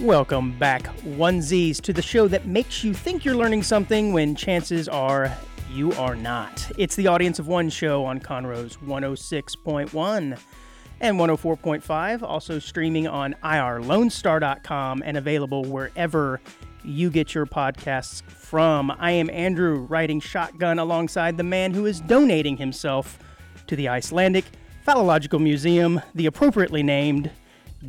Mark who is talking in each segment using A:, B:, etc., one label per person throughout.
A: Welcome back, onesies, to the show that makes you think you're learning something when chances are you are not. It's the Audience of One show on Conroe's 106.1 and 104.5, also streaming on irlonestar.com and available wherever you get your podcasts from. I am Andrew, riding shotgun alongside the man who is donating himself to the Icelandic Phallological Museum, the appropriately named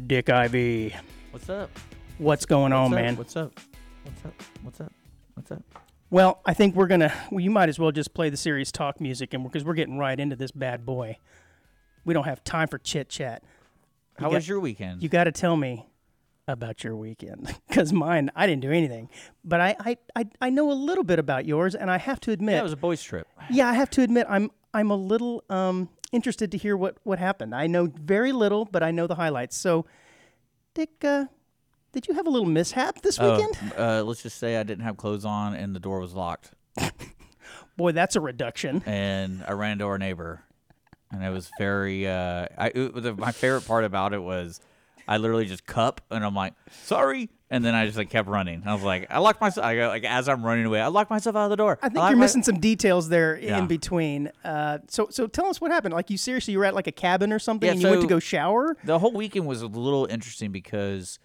A: Dick Ivy.
B: What's up?
A: What's going on,
B: What's up?
A: Oh, man?
B: What's up? What's up? What's up? What's up?
A: Well, I think we're gonna. Well, you might as well just play the serious talk music, and because we're getting right into this bad boy, we don't have time for chit chat.
B: How
A: got-
B: was your weekend?
A: You got to tell me about your weekend, because mine, I didn't do anything, but I, I, I, I know a little bit about yours, and I have to admit,
B: yeah, it was a boys' trip.
A: yeah, I have to admit, I'm, I'm a little um interested to hear what what happened. I know very little, but I know the highlights. So, Dick, uh, did you have a little mishap this
B: Oh,
A: weekend?
B: uh, let's just say I didn't have clothes on and the door was locked,
A: Boy, that's a reduction.
B: and I ran into our neighbor, and it was very. Uh, I it, was- my favorite part about it was, I literally just cup, and I'm like, sorry, and then I just like kept running. I was like, I locked myself. I go, like as I'm running away, I locked myself out of the door.
A: I think
B: locked
A: you're
B: my-
A: missing some details there
B: Yeah.
A: in between. Uh, so, so tell us what happened. Like, you seriously, you were at like a cabin or something,
B: Yeah,
A: and you went to
B: so-
A: go shower.
B: the whole weekend was a little interesting because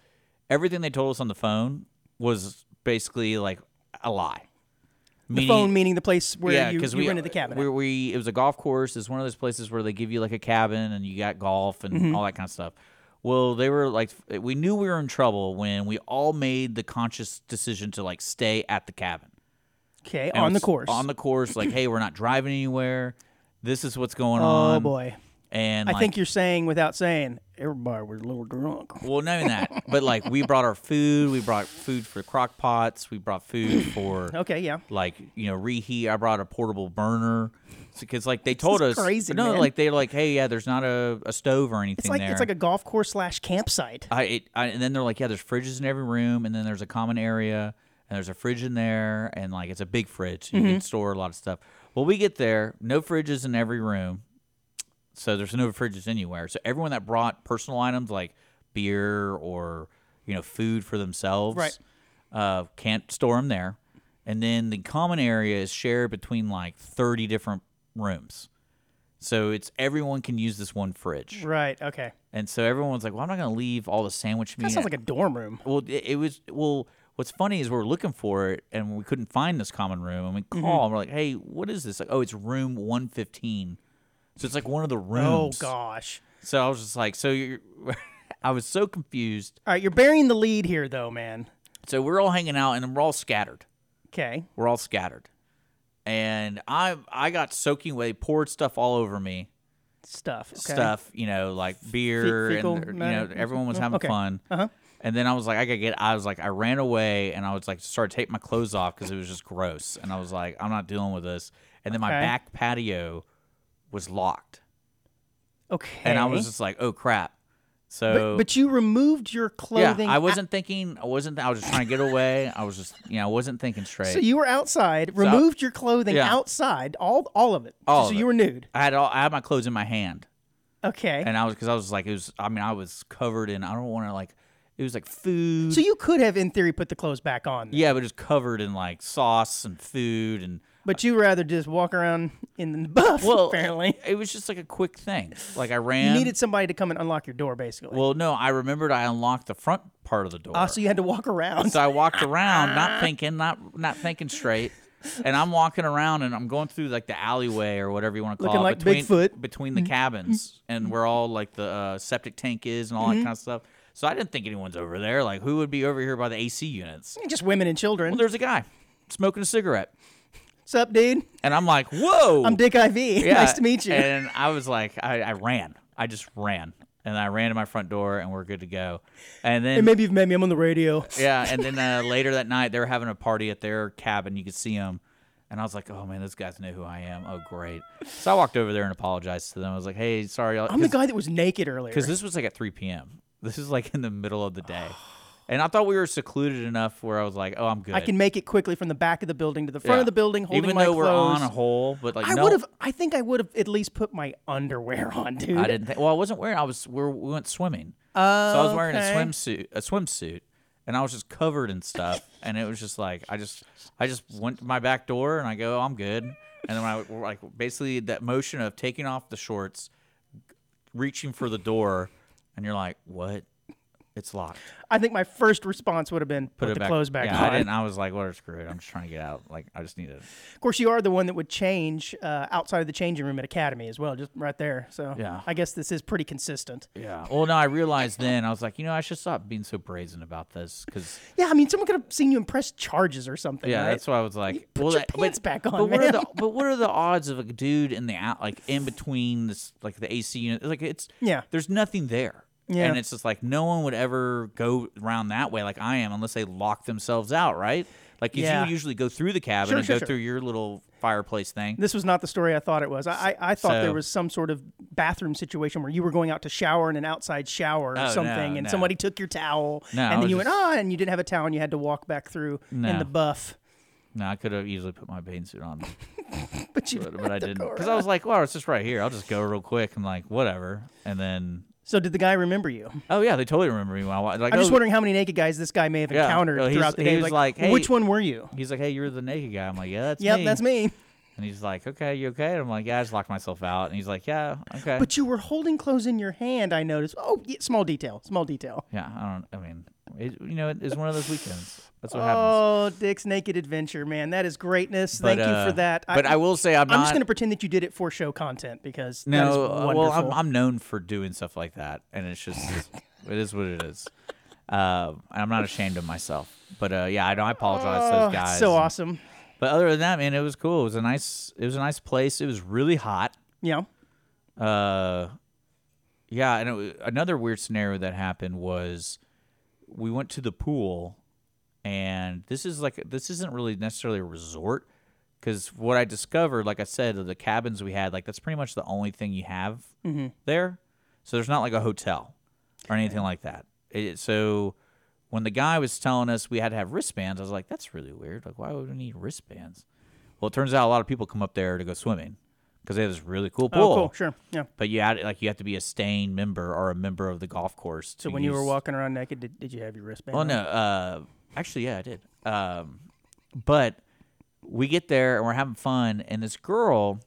B: everything they told us on the phone was basically like a lie.
A: The phone meaning the place where
B: yeah,
A: you,
B: because
A: you
B: we
A: rented the cabin.
B: We,
A: at.
B: we it was a golf course. It's one of those places where they give you like a cabin and you got golf and
A: Mm-hmm.
B: all that kind of stuff. Well, they were like, we knew we were in trouble when we all made the conscious decision to like stay at the cabin
A: Okay,
B: And
A: on the
B: it's
A: course.
B: On the course, like, hey, we're not driving anywhere. This is what's going
A: oh
B: on.
A: boy,
B: And
A: I
B: like,
A: think you're saying without saying, everybody was a little drunk.
B: Well, not even that, but like we brought our food. We brought food for crock pots. We brought food for
A: Okay, yeah.
B: like you know reheat. I brought a portable burner because like they told
A: is
B: us
A: crazy,
B: No,
A: man.
B: like they're like, hey, yeah, there's not a, a stove or anything
A: It's like
B: there.
A: it's like a golf course slash campsite.
B: I, it, I and then they're like, yeah, there's fridges in every room, and then there's a common area, and there's a fridge in there, and like it's a big fridge. You can store a lot of stuff. Well, we get there, no fridges in every room, so there's no fridges anywhere. So everyone that brought personal items like beer or you know food for themselves,
A: Right.
B: Uh, can't store them there. And then the common area is shared between like 30 different rooms. So it's everyone can use this one fridge.
A: Right. Okay.
B: And so everyone's like, well, I'm not going to leave all the sandwich meat.
A: That sounds like a dorm room.
B: well, it, it was, well, what's funny is we were looking for it and we couldn't find this common room. And we
A: Mm-hmm.
B: call and we're like, hey, what is this? Like, oh, it's room 115. So it's like one of the
A: Oh
B: rooms.
A: gosh.
B: So I was just like, so you're, I was so confused.
A: All right, you're burying the lead here, though, man.
B: So we're all hanging out and we're all scattered.
A: Okay.
B: We're all scattered. And I I got soaking wet, They poured stuff all over me.
A: Stuff. Okay.
B: stuff, you know, like beer,
A: fecal
B: and you know,
A: matter?
B: everyone was having
A: Okay.
B: fun.
A: Uh-huh.
B: And then I was like, I gotta get. I was like, I ran away, and I was like, started taking my clothes off because it was just gross. And I was like, I'm not dealing with this. And then my
A: Okay.
B: back patio was locked,
A: Okay.
B: and I was just like, oh crap. So,
A: But, but you removed your
B: yeah,
A: clothing.
B: I
A: out-
B: wasn't thinking. I wasn't. I was just trying to get away. I was just, you know, I wasn't thinking straight.
A: So you were outside, removed your clothing
B: Yeah.
A: outside, all all of it.
B: All
A: so
B: of
A: you were nude.
B: I had all. I had my clothes in my hand.
A: Okay.
B: and I was because I was like it was. I mean, I was covered in. I don't want to like. It was like food.
A: so you could have, in theory, put the clothes back on. then.
B: yeah, but it was covered in like sauce and food and.
A: But you rather just walk around in the buff.
B: Well,
A: apparently,
B: it was just like a quick thing. Like I
A: you
B: ran.
A: needed somebody to come and unlock your door, basically.
B: well, no, I remembered I unlocked the front part of the door.
A: Ah, so you had to walk around.
B: So I walked around, not thinking, not not thinking straight. And I'm walking around and I'm going through like the alleyway or whatever you want to call
A: Looking
B: it
A: like
B: between,
A: Bigfoot. Mm-hmm.
B: between the cabins and where all like the uh, septic tank is and all
A: Mm-hmm.
B: that kind of stuff. So I didn't think anyone's over there. Like who would be over here by the AC units?
A: Just women and children.
B: Well, there's a guy smoking a cigarette.
A: What's up, dude?
B: And I'm like, whoa.
A: I'm Dick IV. nice to meet you.
B: And I was like, I, I ran. I just ran. And I ran to my front door and we're good to go. And then
A: and maybe you've met me. I'm on the radio.
B: Yeah, and then uh, later that night they were having a party at their cabin. You could see them, and I was like, "Oh man, those guys know who I am. Oh great." So I walked over there and apologized to them. I was like, "Hey, sorry, y'all."
A: I'm the guy that was naked earlier.
B: because this was like at 3 p.m. This is like in the middle of the day, and I thought we were secluded enough where I was like, "Oh, I'm good."
A: I can make it quickly from the back of the building to the front
B: Yeah.
A: of the building, holding
B: even
A: my
B: though
A: clothes.
B: we're on a hole, but like
A: I
B: no,
A: would have. I think I would have at least put my underwear on, dude.
B: I didn't. Think, well, I wasn't wearing. I was. We're, we went swimming, so I was wearing a
A: Okay.
B: swimsuit. A swimsuit, and I was just covered in stuff. and it was just like I just, I just went to my back door and I go, I'm good. And then I like basically that motion of taking off the shorts, reaching for the door, and you're like, what? It's locked.
A: I think my first response would have been put,
B: it
A: the clothes back
B: yeah,
A: on.
B: I didn't. I was like, "What? Screw it! I'm just trying to get out. Like, I just need to."
A: Of course, you are the one that would change uh, outside of the changing room at Academy as well, just right there. So
B: Yeah.
A: I guess this is pretty consistent.
B: Yeah. Well, no, I realized then I was like, you know, I should stop being so brazen about this because
A: Yeah, I mean, someone could have seen you in press charges or something.
B: Yeah,
A: right?
B: that's why I was like,
A: put
B: well,
A: your
B: that-
A: pants back on,
B: But what are
A: man.
B: the but what are the odds of a dude in the out like in between this like the AC unit? Like it's
A: Yeah.
B: there's nothing there.
A: Yeah.
B: and it's just like no one would ever go around that way like I am unless they lock themselves out, right? Like 'cause
A: Yeah.
B: you usually go through the cabin
A: Sure,
B: and
A: sure,
B: go
A: sure.
B: through your little fireplace thing.
A: This was not the story I thought it was. I, I, I thought there
B: So-
A: was some sort of bathroom situation where you were going out to shower in an outside shower or
B: Oh,
A: something,
B: no,
A: and
B: no.
A: somebody took your towel,
B: No, I
A: and then
B: was
A: you went
B: just-
A: on, and you didn't have a towel, and you had to walk back through in
B: No.
A: the buff.
B: no, I could have easily put my bathing suit on,
A: But you,
B: but, but I
A: the
B: didn't
A: door.
B: because I was like, well, it's just right here. I'll just go real quick and like whatever, and then
A: so did the guy remember you?
B: oh yeah, they totally remember me. When I, wa- like,
A: I'm just
B: oh,
A: wondering how many naked guys this guy may have
B: Yeah,
A: encountered
B: well, he's-
A: throughout the
B: he
A: day.
B: was like, hey-
A: which one were you?
B: He's like, hey, you're the naked guy. I'm like, yeah, that's
A: Yep,
B: me.
A: that's me.
B: And he's like, okay, you okay? And I'm like, yeah, I just locked myself out. And he's like, yeah, okay.
A: But you were holding clothes in your hand. I noticed. Oh, yeah, small detail. Small detail.
B: yeah, I don't, I mean, it, you know, it's one of those weekends. That's what happens.
A: Oh, Dick's naked adventure, man. That is greatness.
B: But,
A: Thank you
B: uh,
A: for that.
B: But I, will say I'm,
A: I'm
B: not.
A: just going to pretend that you did it for show content because that is
B: no, uh,
A: wonderful.
B: well, I'm, I'm known for doing stuff like that. And it's just, it is what it is. Uh, and I'm not ashamed of myself. But uh, yeah, I know I apologize to
A: Oh,
B: those guys.
A: so
B: And-
A: awesome.
B: But other than that, man, it was cool. It was a nice, it was a nice place. It was really hot.
A: Yeah.
B: Uh, yeah, and it, wa- another weird scenario that happened was we went to the pool, and this is like this isn't really necessarily a resort because what I discovered, like I said, the cabins we had, like that's pretty much the only thing you have
A: Mm-hmm.
B: there. So there's not like a hotel or anything like that. It, so when the guy was telling us we had to have wristbands, I was like, that's really weird. Like, why would we need wristbands? Well, it turns out a lot of people come up there to go swimming because they have this really cool pool
A: Oh, cool. Sure. Yeah.
B: but you had like you have to be a staying member or a member of the golf course.
A: So when you were walking around naked, did, did you have your wristband?
B: oh
A: on?
B: no, uh, actually yeah, I did. Um, but we get there and we're having fun, and this girl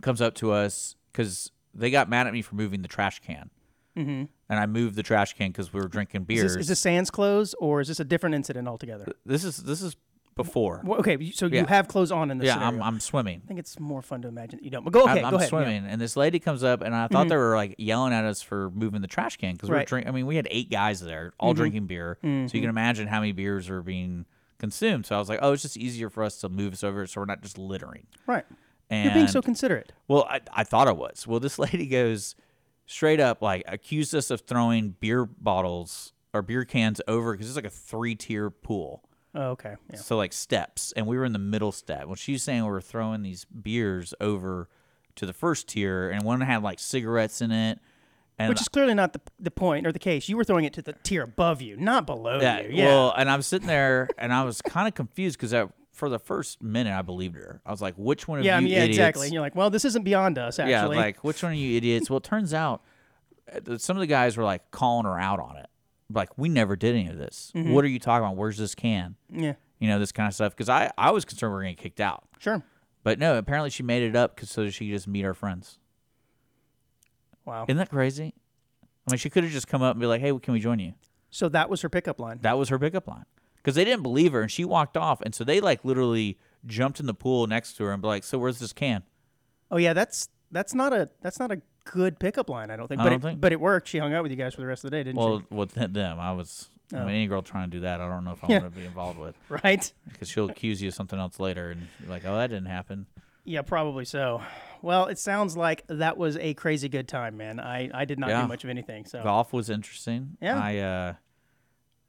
B: comes up to us because they got mad at me for moving the trash can, mm-hmm. and I moved the trash can because we were drinking
A: Is
B: beers.
A: this, is this Sans clothes or is this a different incident altogether?
B: this is this is before.
A: Well, okay, you- so you
B: Uh, Yeah.
A: have clothes on in this
B: yeah,
A: scenario.
B: I'm I'm swimming.
A: I think it's more fun to imagine that you don't. But go okay,
B: I'm, I'm
A: go ahead. yeah. Mm-hmm.
B: swimming, and this lady comes up, and I thought they were like yelling at us for moving the trash can because we
A: Right. Mm-hmm.
B: were drinking. I mean, we had eight guys there, all drinking beer, so you can imagine how many beers are being consumed. So I was like, oh, it's just easier for us to move this over, so we're not just littering.
A: Right.
B: And
A: You're being so considerate.
B: well, I, I thought I was. Well, this lady goes straight up, like, accused us of throwing beer bottles or beer cans over because it's like a three tier pool.
A: Oh, okay. Yeah.
B: So like steps, and we were in the middle step. Well, she was saying we were throwing these beers over to the first tier, and one had like cigarettes in it, and
A: Which is clearly not the, the point or the case. You were throwing it to the tier above you, not below
B: yeah,
A: you. Yeah.
B: well, and I'm sitting there, and I was kind of confused because for the first minute I believed her. I was like, which one of
A: yeah, I
B: you
A: mean, yeah,
B: idiots?
A: exactly. And you're like, well, this isn't beyond us, actually.
B: Yeah, like which one of you idiots? well, it turns out uh, th- some of the guys were like calling her out on it, like we never did any of this.
A: Mm-hmm.
B: What are you talking about? Where's this can?
A: yeah,
B: You know this kind of stuff because I I was concerned we were getting kicked out.
A: sure.
B: But no, apparently she made it up 'cause so she could just meet our friends.
A: Wow.
B: Isn't that crazy? I mean, she could have just come up and be like, "Hey, can we join you?"
A: So that was her pickup line.
B: That was her pickup line because they didn't believe her, and she walked off. And so they like literally jumped in the pool next to her and be like, "So where's this can?"
A: Oh yeah, that's that's not a that's not a good pickup line. I don't think.
B: I
A: but
B: don't
A: it,
B: think-
A: but it worked. She hung out with you guys for the rest of the day, didn't
B: Well, with th- them, I was. I
A: Oh.
B: mean, any girl trying to do that, I don't know if I
A: Yeah.
B: want to be involved with
A: she? Right.
B: because she'll accuse you of something else later, and you're like, oh, that didn't happen.
A: Yeah, probably so. Well, it sounds like that was a crazy good time, man. I, I did not
B: Yeah.
A: do much of anything. So
B: Golf was interesting.
A: Yeah.
B: I uh,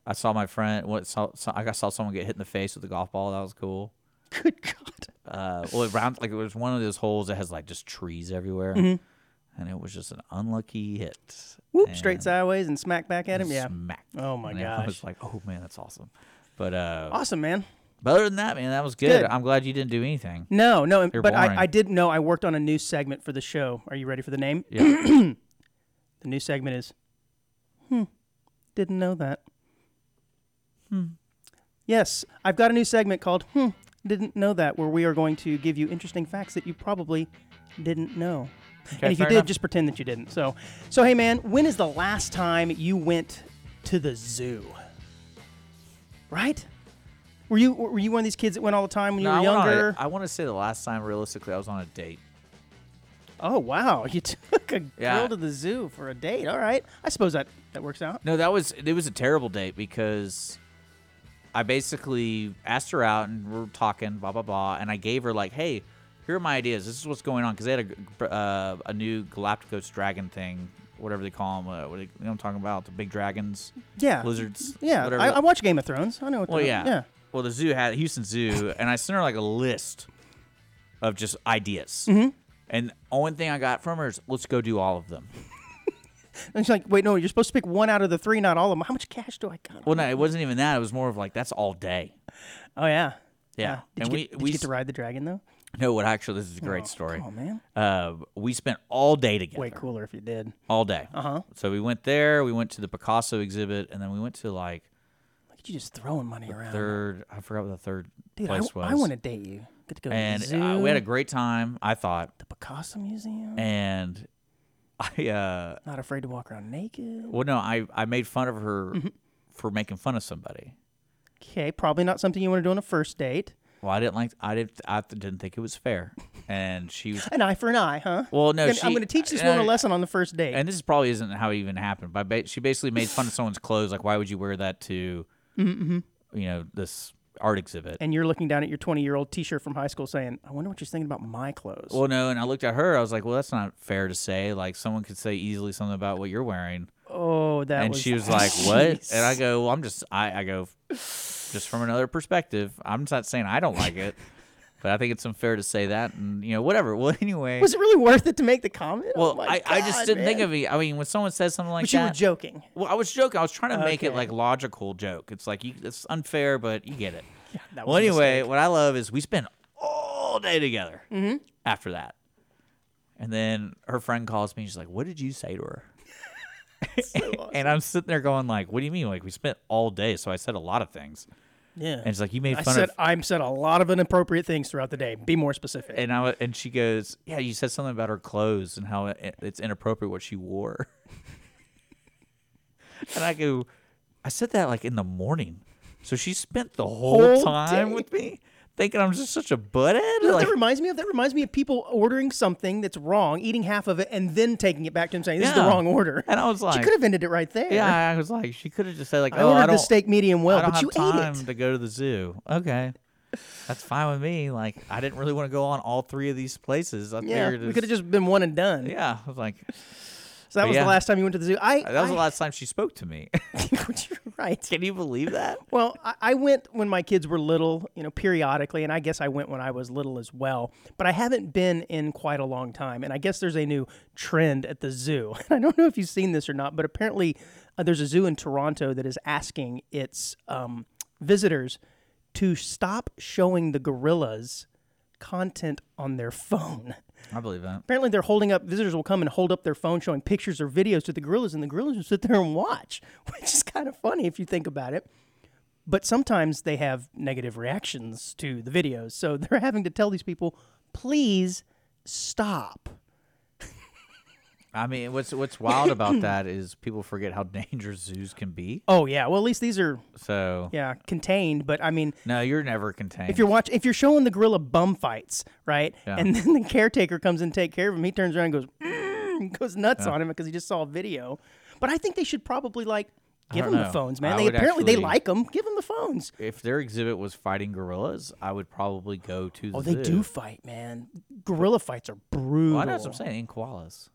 B: I saw my friend. What saw? saw I got- saw someone get hit in the face with a golf ball. That was cool.
A: good God.
B: Uh, well, it round like it was one of those holes that has like just trees everywhere, and it was just an unlucky hit.
A: Mm-hmm. Whoop,
B: and
A: straight sideways and smack back at him. Yeah.
B: Smack.
A: Oh, my
B: and I was like, oh man, that's awesome. But uh,
A: Awesome, man.
B: but other than that, man, that was good.
A: Good.
B: I'm glad you didn't do anything.
A: No, no, and-
B: You're
A: but
B: boring.
A: I, I did know I worked on a new segment for the show. Are you ready for the name?
B: Yeah.
A: The new segment is, hmm, didn't know that. Hmm.
B: Hmm.
A: Yes, I've got a new segment called, hmm, didn't know that, where we are going to give you interesting facts that you probably didn't know. and if you
B: fair
A: did,
B: enough.
A: just pretend that you didn't. So, so hey man, when is the last time you went to the zoo? Right? Were you were you one of these kids that went all the time when you
B: No, I
A: were
B: went on a-
A: younger?
B: I want to say the last time realistically I was on a date.
A: Oh wow, you took a
B: Yeah.
A: girl to the zoo for a date. All right, I suppose that that works out.
B: No, that was it was a terrible date because I basically asked her out and we are talking blah blah blah, and I gave her like, hey, here are my ideas. This is what's going on because they had a gr- uh, a new Galapagos dragon thing, whatever they call them. Uh, what do you you know what I'm talking about? The big dragons,
A: Yeah,
B: lizards.
A: yeah.
B: whatever
A: I,
B: the-
A: I watch Game of Thrones. I know. What
B: Well,
A: the,
B: yeah.
A: yeah.
B: Well, the zoo had Houston Zoo, and I sent her like a list of just ideas.
A: Mm-hmm.
B: And only thing I got from her is let's go do all of them.
A: And she's like, "Wait, no, you're supposed to pick one out of the three, not all of them. How much cash do I got?"
B: Well, no, it wasn't even that. It was more of like that's all day.
A: oh yeah,
B: Yeah.
A: Did,
B: and
A: you
B: we
A: get, did
B: we
A: you get to ride the dragon though?
B: no, what actually this is a great story.
A: Oh man,
B: Uh, we spent all day together.
A: way cooler if you did.
B: All day.
A: Uh huh.
B: So we went there. We went to the Picasso exhibit, and then we went to like
A: Look at you just throwing money around,
B: third. I forgot what the third
A: dude. I,
B: place was.
A: I want to date you. Get to go
B: and
A: to the zoo, Mm-hmm.
B: uh, we had a great time. I thought,
A: the Picasso Museum.
B: and I uh,
A: not afraid to walk around naked.
B: Well, no, I, I made fun of her
A: Mm-hmm.
B: for making fun of somebody.
A: Okay, probably not something you want to do on a first date.
B: Well, I didn't like I didn't I th- didn't think it was fair, and she was
A: An eye for an eye, huh?
B: well. No,
A: And
B: she, uh,
A: I'm going to teach this
B: and
A: woman a
B: I-
A: lesson on the first date.
B: And this probably isn't how it even happened, but ba- she basically made fun of someone's clothes. Like, why would you wear that to, you know, this art exhibit?
A: Mm-hmm, and you're looking down at your 20 year old t-shirt from high school saying i wonder what you're thinking about my clothes
B: well, no, and I looked at her. I was like, well, that's not fair to say. Like, someone could say easily something about what you're wearing,
A: oh that
B: and
A: was
B: she was like, what?
A: Jeez.
B: And I go, well, I'm just I, I go, just from another perspective. I'm not saying I don't like it, but I think it's unfair to say that, and you know, whatever. Well, anyway,
A: was it really worth it to make the comment
B: well,
A: Oh my
B: I, I just
A: God,
B: didn't think
A: man.
B: of it. I mean, when someone says something like
A: but you were
B: that,
A: joking
B: well, I was joking. I was trying to make it
A: Okay.
B: like logical joke. It's like you, it's unfair, but you get it.
A: that
B: well,
A: was a
B: anyway, what I love is we spent all day together
A: Mm-hmm.
B: after that, and then her friend calls me. and She's like, "What did you say to her?" And I'm sitting there going like, "What do you mean? Like we spent all day?" So I said a lot of things,
A: yeah
B: and she's like, "You made
A: i
B: fun
A: said
B: of."
A: i said a lot of inappropriate things throughout the day be more specific
B: And I wa- and she goes, "Yeah, you said something about her clothes and how it, it's inappropriate what she wore." and I go, "I said that like in the morning, so she spent the whole,
A: Whole
B: time
A: day.
B: with me." Thinking I'm just such a butthead.
A: You know what
B: Like,
A: that reminds me of that reminds me of people ordering something that's wrong, eating half of it, and then taking it back to him saying this is the
B: Yeah.
A: wrong order.
B: And I was
A: she
B: like,
A: could have ended it right there.
B: yeah, I was like, she could have just said like,
A: I
B: oh,
A: ordered
B: I don't,
A: the steak medium
B: I
A: well,
B: don't
A: but
B: have
A: you
B: time
A: ate it.
B: to go to the zoo. Okay, that's fine with me. Like, I didn't really want to go on all three of these places. I
A: Yeah,
B: figured it
A: we
B: was-
A: could have just been one and done.
B: Yeah, I was like,
A: So that was
B: yeah.
A: the last time you went to the zoo. I
B: that was
A: I,
B: the last time she spoke to me.
A: You're right.
B: Can you believe that?
A: Well, I, I went when my kids were little, you know, periodically, and I guess I went when I was little as well. But I haven't been in quite a long time, and I guess there's a new trend at the zoo. And I don't know if you've seen this or not, but apparently uh, there's a zoo in Toronto that is asking its um, visitors to stop showing the gorillas content on their phone.
B: I believe that.
A: Apparently, they're holding up. Visitors will come and hold up their phone, showing pictures or videos to the gorillas, and the gorillas will sit there and watch, which is kind of funny if you think about it. But sometimes they have negative reactions to the videos, so they're having to tell these people, "Please stop."
B: I mean, what's what's wild about that is people forget how dangerous zoos can be.
A: Oh yeah. Well, at least these are
B: So
A: yeah contained. But I mean,
B: no, you're never contained.
A: if you're watch, if you're showing the gorilla bum fights, right,
B: Yeah.
A: and then the caretaker comes and take care of him, he turns around and goes "Mm," goes nuts on him because he just saw a video. But I think they should probably like give
B: don't
A: him the
B: know.
A: phones,
B: I
A: man. They
B: would
A: apparently they
B: actually-
A: like them. Give them the phones.
B: if their exhibit was fighting gorillas, I would probably go to. The
A: Oh, they
B: zoo.
A: do fight, man. Gorilla fights are brutal.
B: Well, I know what I'm saying. In koalas.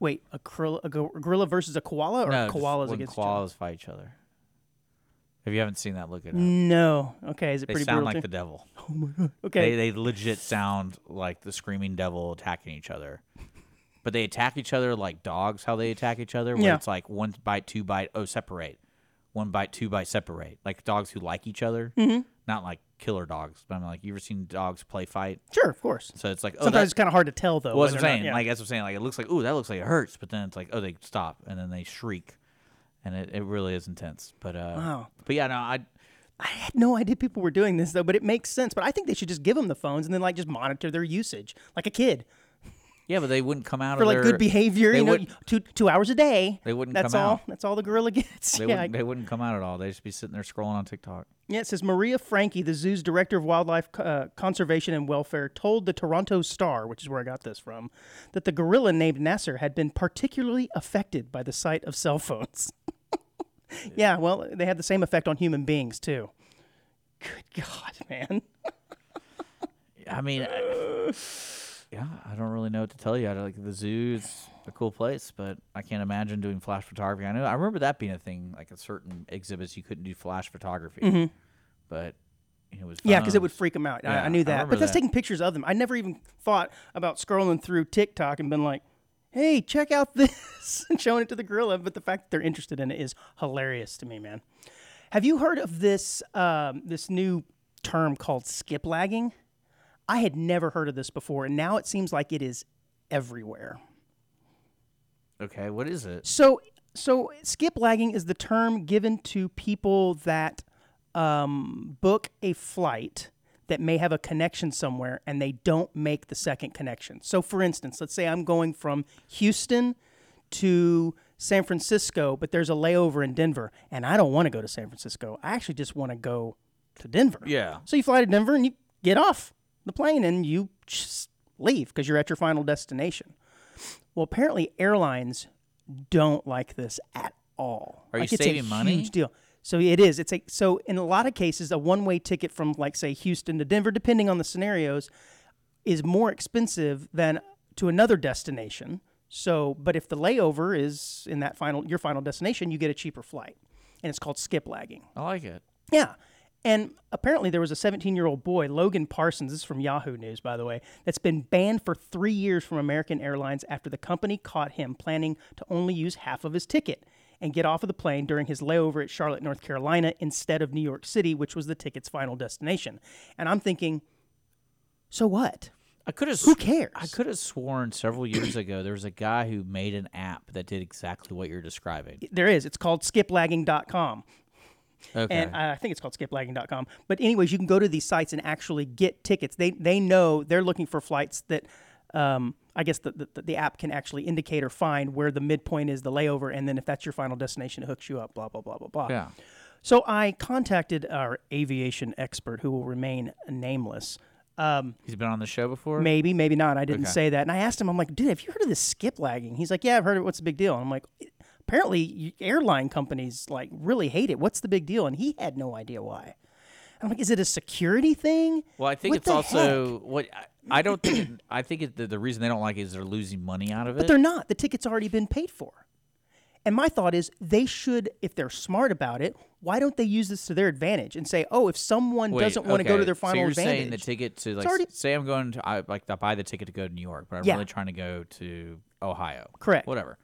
A: Wait, a, gorilla, a go- gorilla versus a koala or
B: No, just
A: koalas
B: when
A: against each other?
B: koalas fight each other. If you haven't seen that, look it up.
A: No. Okay, is it
B: They
A: pretty
B: sound
A: brutal?
B: like
A: too?
B: the devil.
A: okay.
B: They, they legit sound like the screaming devil attacking each other. But they attack each other like dogs, how they attack each other, where
A: Yeah.
B: it's like one bite, two bite, oh, separate. One bite, two bite, separate. Like dogs who like each other.
A: Mm-hmm.
B: Not like killer dogs, but I'm like, you ever seen dogs play fight?
A: sure, of course.
B: So it's like, oh,
A: Sometimes
B: that's
A: it's kind of hard to tell though.
B: well, that's
A: whether
B: what I'm
A: or not-
B: saying.
A: yeah.
B: Like, that's what I'm saying. Like, it looks like, ooh, that looks like it hurts. But then it's like, oh, they stop and then they shriek. And it, it really is intense. But, uh,
A: Wow.
B: But yeah, no, I,
A: I had no idea people were doing this though, but it makes sense. But I think they should just give them the phones and then like just monitor their usage, like a kid,
B: yeah, but they wouldn't come out
A: for
B: of
A: like
B: their,
A: good behavior.
B: they
A: You know,
B: wouldn't-
A: two two hours a day.
B: They wouldn't
A: That's
B: come
A: all.
B: out.
A: That's all the gorilla gets.
B: They,
A: yeah,
B: wouldn't, they wouldn't come out at all. They'd just be sitting there scrolling on TikTok.
A: Yeah, it says Maria Frankie, the zoo's director of wildlife uh, conservation and welfare, told the Toronto Star, which is where I got this from, that the gorilla named Nasser had been particularly affected by the sight of cell phones. yeah, well, they had the same effect on human beings too. Good God, man!
B: I mean, I- yeah, I don't really know what to tell you. I don't- like the zoo's a cool place, but I can't imagine doing flash photography. I know I remember that being a thing. Like at certain exhibits, you couldn't do flash photography, but it was
A: Mm-hmm. Yeah, because it would
B: phones.
A: freak them out. I,
B: Uh-huh. Yeah,
A: I
B: I
A: knew that,
B: remember
A: but that's
B: that.
A: taking pictures of them. I never even thought about scrolling through TikTok and been like, "Hey, check out this," and showing it to the gorilla. But the fact that they're interested in it is hilarious to me, man. Have you heard of this um, this new term called skip lagging? I had never heard of this before, and now it seems like it is everywhere.
B: Okay, what is it?
A: So, so skip lagging is the term given to people that um, book a flight that may have a connection somewhere and they don't make the second connection. So, for instance, let's say I'm going from Houston to San Francisco, but there's a layover in Denver, and I don't want to go to San Francisco. I actually just want to go to Denver.
B: Yeah,
A: So you fly to Denver and you get off the plane and you just leave because you're at your final destination. Well, apparently airlines don't like this at all.
B: Are you
A: Like, it's a
B: saving money?
A: Huge deal. So it is. It's a so in a lot of cases, a one-way ticket from like say Houston to Denver, depending on the scenarios, is more expensive than to another destination. So, but if the layover is in that final your final destination, you get a cheaper flight, and it's called skip lagging.
B: I like it.
A: Yeah. And apparently there was a 17-year-old boy, Logan Parsons, this is from Yahoo News by the way, that's been banned for 3 years from American Airlines after the company caught him planning to only use half of his ticket and get off of the plane during his layover at Charlotte, North Carolina instead of New York City, which was the ticket's final destination. And I'm thinking, so what?
B: I could have.
A: Who cares?
B: I could have sworn several years ago there was a guy who made an app that did exactly what you're describing.
A: there is. It's called skiplagging.com.
B: Okay,
A: and uh, I think it's called skiplagging.com. But anyways, you can go to these sites and actually get tickets. They they know they're looking for flights that um, I guess the, the the app can actually indicate or find where the midpoint is, the layover, and then if that's your final destination, it hooks you up. Blah blah blah blah blah.
B: yeah,
A: So I contacted our aviation expert, who will remain nameless. Um,
B: he's been on the show before.
A: Maybe, maybe not. I didn't
B: Okay.
A: say that. And I asked him, I'm like, dude, have you heard of this skip lagging? He's like, yeah, I've heard of it. What's the big deal? And I'm like, apparently you- airline companies like really hate it. What's the big deal? And he had no idea why. I'm like, is it a security thing?
B: Well, I think
A: What
B: it's
A: the
B: also what I- I don't think. it- I think it, the, the reason they don't like it is they're losing money out of it.
A: But they're not. The ticket's already been paid for. And my thought is they should, if they're smart about it, why don't they use this to their advantage and say, oh, if someone
B: Wait,
A: doesn't want to go
B: okay,
A: to their final
B: So you're
A: advantage.
B: saying the ticket to like
A: already-
B: s- say I'm going to I like I buy the ticket to go to New York, but I'm
A: Yeah.
B: really trying to go to Ohio.
A: Correct.
B: Whatever.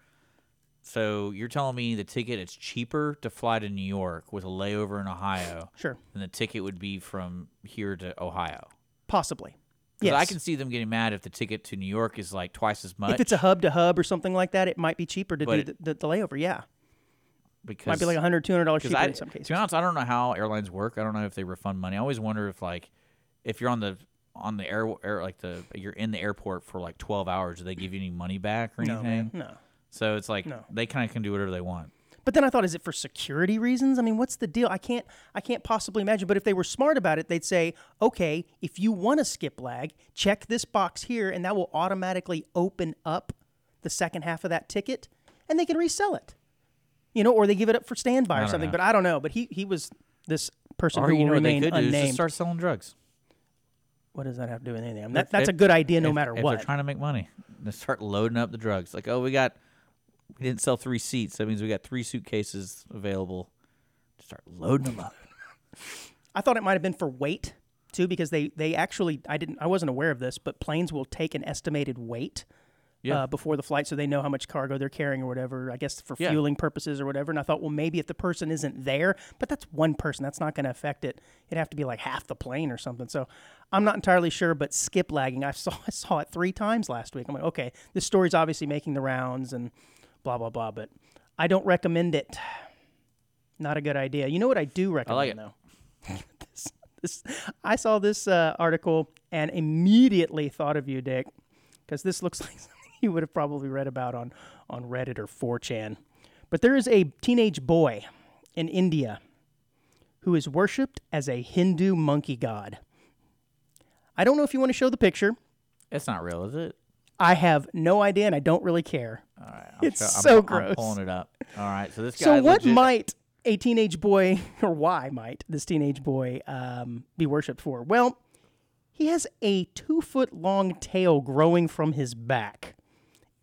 B: So you're telling me the ticket it's cheaper to fly to New York with a layover in Ohio
A: sure,
B: than the ticket would be from here to Ohio.
A: possibly.
B: 'Cause
A: Yes.
B: I can see them getting mad if the ticket to New York is like twice as much
A: if it's a hub to hub or something like that, it might be cheaper to do
B: But
A: the, the, the layover. Yeah.
B: because
A: Might be like $100, $200 cheaper
B: I,
A: in some cases.
B: To be honest, I don't know how airlines work. I don't know if they refund money. I always wonder if like if you're on the on the air, air like the you're in the airport for like 12 hours, do they give you any money back or anything?
A: No, man, no.
B: So it's like
A: No.
B: they kind of can do whatever they want.
A: But then I thought, is it for security reasons? I mean, what's the deal? I can't, I can't possibly imagine. But if they were smart about it, they'd say, okay, if you want to skip lag, check this box here, and that will automatically open up the second half of that ticket, and they can resell it. You know, or they give it up for standby or something. But I don't know. But he, he was this person
B: Or
A: who
B: you
A: will
B: know what they
A: remain
B: could do is
A: unnamed.
B: just start selling drugs.
A: what does that have to do with anything? I mean, that, that's a good idea, no matter
B: if
A: what.
B: they're trying to make money, they start loading up the drugs. Like, oh, we got we didn't sell three seats. That means we got three suitcases available. Start loading them up.
A: I thought it might have been for weight too, because they they actually I didn't I wasn't aware of this, but planes will take an estimated weight.
B: Yeah.
A: Uh, before the flight, so they know how much cargo they're carrying or whatever. I guess for
B: Yeah.
A: fueling purposes or whatever. And I thought, well, maybe if the person isn't there, but that's one person, that's not going to affect it. It'd have to be like half the plane or something. So I'm not entirely sure. But skip lagging, I saw I saw it three times last week. I'm like, okay, this story's obviously making the rounds and blah blah blah. But I don't recommend it. Not a good idea. You know what I do recommend
B: like it.
A: though. this, I saw this uh, article and immediately thought of you, Dick, because this looks like something you would have probably read about on, on Reddit or 4chan. But there is a teenage boy in India who is worshipped as a Hindu monkey god. I don't know if you want to show the picture.
B: It's not real, is it?
A: I have no idea and I don't really care.
B: All right,
A: It's
B: I'm,
A: so
B: I'm
A: gross.
B: pulling it up. All right, so this guy.
A: So, what
B: legit-
A: might a teenage boy, or why might this teenage boy um, be worshipped for? Well, he has a two foot long tail growing from his back.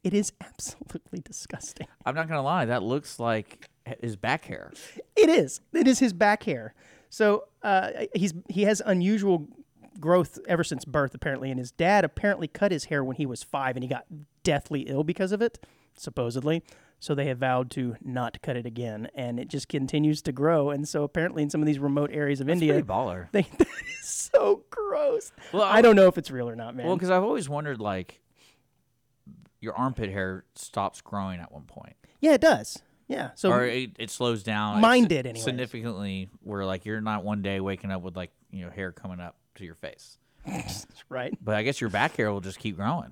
A: It is absolutely disgusting.
B: I'm not gonna lie. That looks like his back hair.
A: It is. It is his back hair. So uh, he's he has unusual growth ever since birth, apparently. And his dad apparently cut his hair when he was five, and he got deathly ill because of it, supposedly. So they have vowed to not cut it again, and it just continues to grow. And so apparently, in some of these remote areas of India,
B: Pretty baller.
A: they that is so gross.
B: Well, I
A: I don't know if it's real or not, man.
B: Well, because I've always wondered, like, your armpit hair stops growing at one point,
A: yeah, it does. Yeah. So
B: or it, it slows down.
A: Mm. Mine
B: si-
A: did anyways.
B: significantly. Where like you're not one day waking up with like you know hair coming up to your face,
A: right.
B: but I guess your back hair will just keep growing.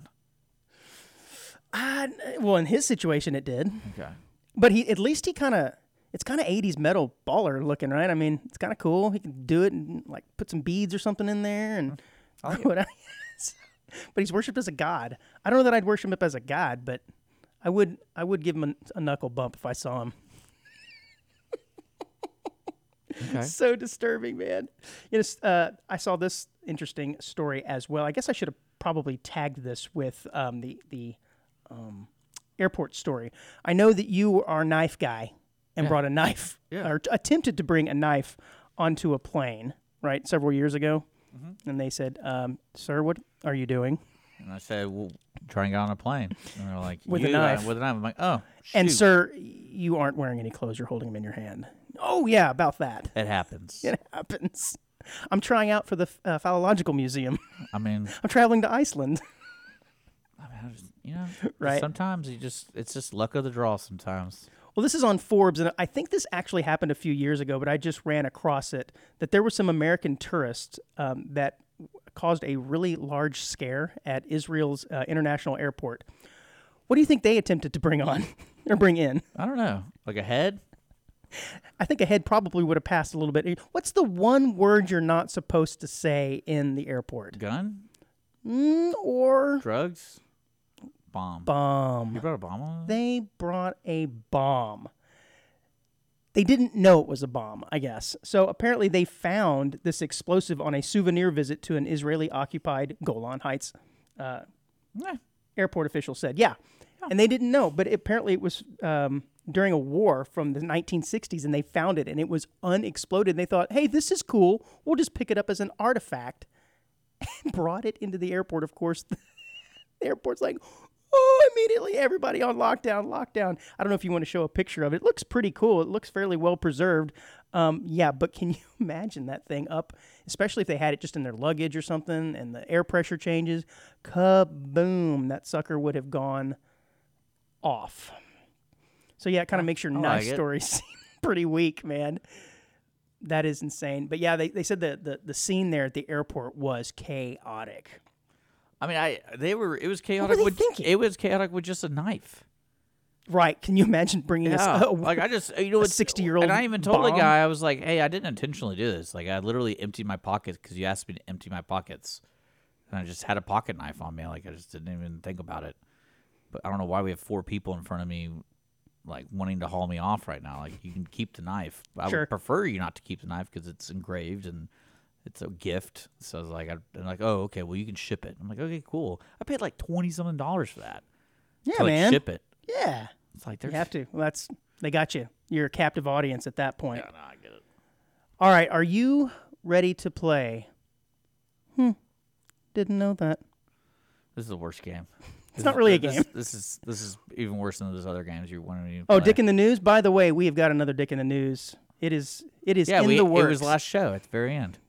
A: Uh, well, in his situation, it did.
B: Okay.
A: But he at least he kind of it's kind of 80s metal baller looking, right? I mean, it's kind of cool. He can do it and like put some beads or something in there and what I- But he's worshipped as a god. I don't know that I'd worship him as a god, but I would I would give him a, a knuckle bump if I saw him.
B: Okay.
A: so disturbing, man. You know, uh, I saw this interesting story as well. I guess I should have probably tagged this with um, the the airport story. I know that you are a knife guy and brought a knife
B: Yeah.
A: or t- attempted to bring a knife onto a plane, right? Several years ago.
B: Mm-hmm.
A: And they said, um, Sir, what are you doing?
B: And I said, "Well, try and get on a plane." And they're like,
A: With a
B: "You, uh,
A: knife.
B: with a knife." I'm like, "Oh,
A: And,
B: shoot,
A: sir, you aren't wearing any clothes. You're holding them in your hand. Oh, yeah, about that.
B: it happens."
A: It happens. I'm trying out for the uh, Phallological Museum.
B: I mean,
A: I'm traveling to Iceland.
B: I mean, I just- you know,
A: Right.
B: Sometimes you just it's just luck of the draw. Sometimes.
A: Well, this is on Forbes, and I think this actually happened a few years ago, but I just ran across it that there were some American tourists um, that caused a really large scare at Israel's uh, international airport. What do you think they attempted to bring on or bring in?
B: I don't know, like a head.
A: I think a head probably would have passed a little bit. What's the one word you're not supposed to say in the airport?
B: Gun?
A: Mm, or
B: Drugs? Bomb.
A: bomb.
B: You brought a bomb on?
A: they brought a bomb. They didn't know it was a bomb, I guess. So apparently, they found this explosive on a souvenir visit to an Israeli occupied Golan Heights
B: Yeah.
A: airport official said, yeah. And they didn't know, but apparently it was um, during a war from the 1960s and they found it and it was unexploded. And they thought, hey, this is cool. We'll just pick it up as an artifact and brought it into the airport. Of course, the airport's like, oh, immediately everybody on lockdown, lockdown. I don't know if you want to show a picture of it. It looks pretty cool. It looks fairly well preserved. Um, yeah, but can you imagine that thing up, especially if they had it just in their luggage or something and the air pressure changes? Kaboom, that sucker would have gone off. So yeah, it kind of makes your
B: I
A: knife
B: like it.
A: story seem pretty weak, man. That is insane. But yeah, they, they said the, the, the scene there at the airport was chaotic.
B: I mean, I they were it was chaotic.
A: were they
B: with,
A: thinking?
B: It was chaotic with just a knife.
A: Right. Can you imagine bringing us?
B: Yeah,
A: Oh,
B: like I just you know, it's-
A: 60-year-old
B: and I even told the
A: bomb?
B: guy I was like, "Hey, I didn't intentionally do this. Like, I literally emptied my pockets because you asked me to empty my pockets, and I just had a pocket knife on me. Like, I just didn't even think about it. But I don't know why we have four people in front of me, like wanting to haul me off right now. Like, you can keep the knife. I
A: Sure.
B: would prefer you not to keep the knife because it's engraved and it's a gift. So I was like, I, am like, oh, okay, well, you can ship it. I'm like, okay, cool. I paid like twenty something dollars for that.
A: yeah,
B: to, like,
A: man.
B: Ship it.
A: Yeah.
B: It's like there's
A: You have to. Well, that's they got you. You're a captive audience at that point.
B: no, I get it.
A: All right. Are you ready to play? Hmm. Didn't know that.
B: This is the worst game. It's
A: not really a game.
B: This is this is even worse than those other games you wanted me to.
A: Oh,
B: play.
A: Dick in the News. By the way, we have got another Dick in the News. It is. It is
B: Yeah,
A: in
B: we,
A: the
B: it
A: works.
B: was last show at the very end.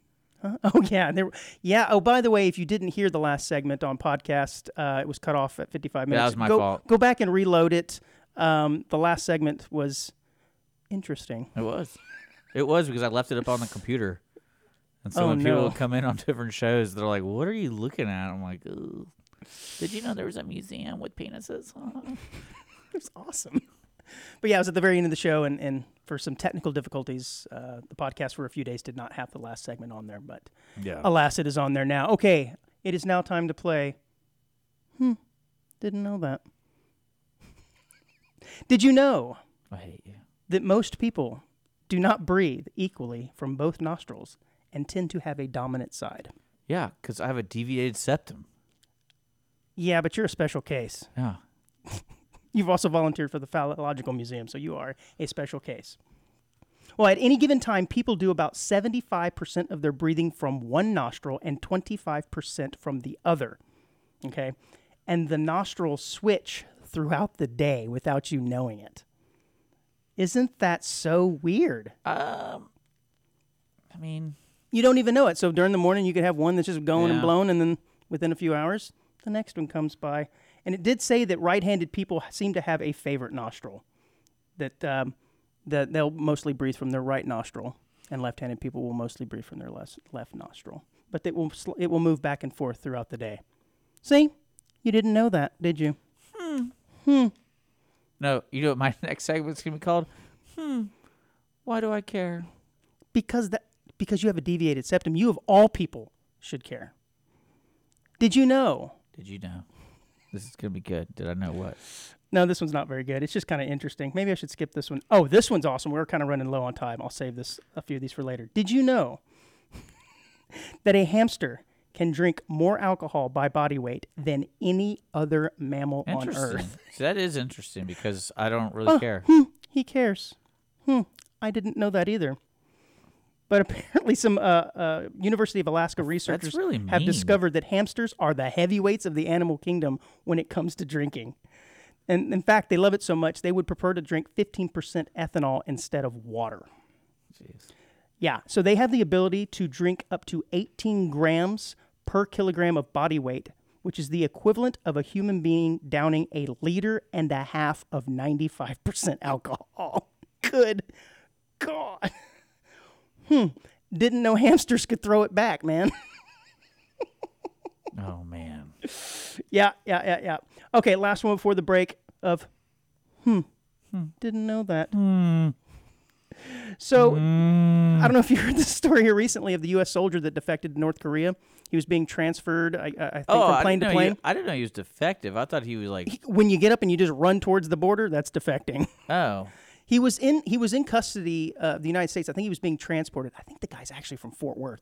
A: Oh yeah, there. Yeah. Oh, by the way, if you didn't hear the last segment on podcast, uh, it was cut off at 55 minutes.
B: that was my
A: go,
B: fault.
A: Go back and reload it. Um, the last segment was interesting.
B: It was. It was because I left it up on the computer, and so
A: Oh,
B: when people
A: no.
B: would come in on different shows, they're like, "What are you looking at?" I'm like, "Ooh, did you know there was a museum with penises?" Huh?"
A: It was awesome. But yeah, I was at the very end of the show, and, and for some technical difficulties, uh, the podcast for a few days did not have the last segment on there. But
B: yeah.
A: alas, it is on there now. Okay, it is now time to play. Hmm, didn't know that. Did you know?
B: I hate you.
A: that most people do not breathe equally from both nostrils and tend to have a dominant side.
B: Yeah, because I have a deviated septum.
A: Yeah, but you're a special case.
B: Yeah.
A: You've also volunteered for the Phallological Museum, so you are a special case. Well, at any given time, people do about 75% of their breathing from one nostril and 25% from the other. Okay? And the nostrils switch throughout the day without you knowing it. Isn't that so weird?
B: Um, I mean,
A: you don't even know it. So during the morning, you could have one that's just going and
B: Yeah.
A: blown, and then within a few hours, the next one comes by. And it did say that right-handed people seem to have a favorite nostril, that um, that they'll mostly breathe from their right nostril, and left-handed people will mostly breathe from their left left nostril. But it will sl- it will move back and forth throughout the day. See, you didn't know that, did you? Hmm.
B: no. You know what my next segment's gonna be called? Hmm. Why do I care?
A: because that because you have a deviated septum, you of all people should care. Did you know?
B: Did you know? This is gonna be good. Did I know what?
A: No, this one's not very good. It's just kind of interesting. Maybe I should skip this one. Oh, this one's awesome. We're kind of running low on time. I'll save this a few of these for later. Did you know that a hamster can drink more alcohol by body weight than any other mammal on
B: Interesting.
A: earth? Oh.
B: So that is interesting because I don't really care.
A: He cares. Hmm. I didn't know that either. But apparently, some uh, uh, University of Alaska researchers
B: really
A: have
B: mean.
A: discovered that hamsters are the heavyweights of the animal kingdom when it comes to drinking. And in fact, they love it so much they would prefer to drink 15% ethanol instead of water.
B: Jeez.
A: Yeah, so they have the ability to drink up to 18 grams per kilogram of body weight, which is the equivalent of a human being downing a liter and a half of 95% alcohol. Good God. Hmm, didn't know hamsters could throw it back, man.
B: Oh man.
A: yeah, yeah, yeah, yeah. Okay, last one before the break of, hmm, didn't know that.
B: Hmm.
A: So. I don't know if you heard the story here recently of the U.S. soldier that defected to North Korea. He was being transferred, I, I I think,
B: Oh,
A: from
B: I
A: plane
B: didn't,
A: to
B: know
A: plane.
B: He, I didn't know he was defective. I thought he was like,
A: When you get up and you just run towards the border, that's defecting.
B: oh,
A: He was in he was in custody uh, of the United States. I think he was being transported. I think the guy's actually from Fort Worth.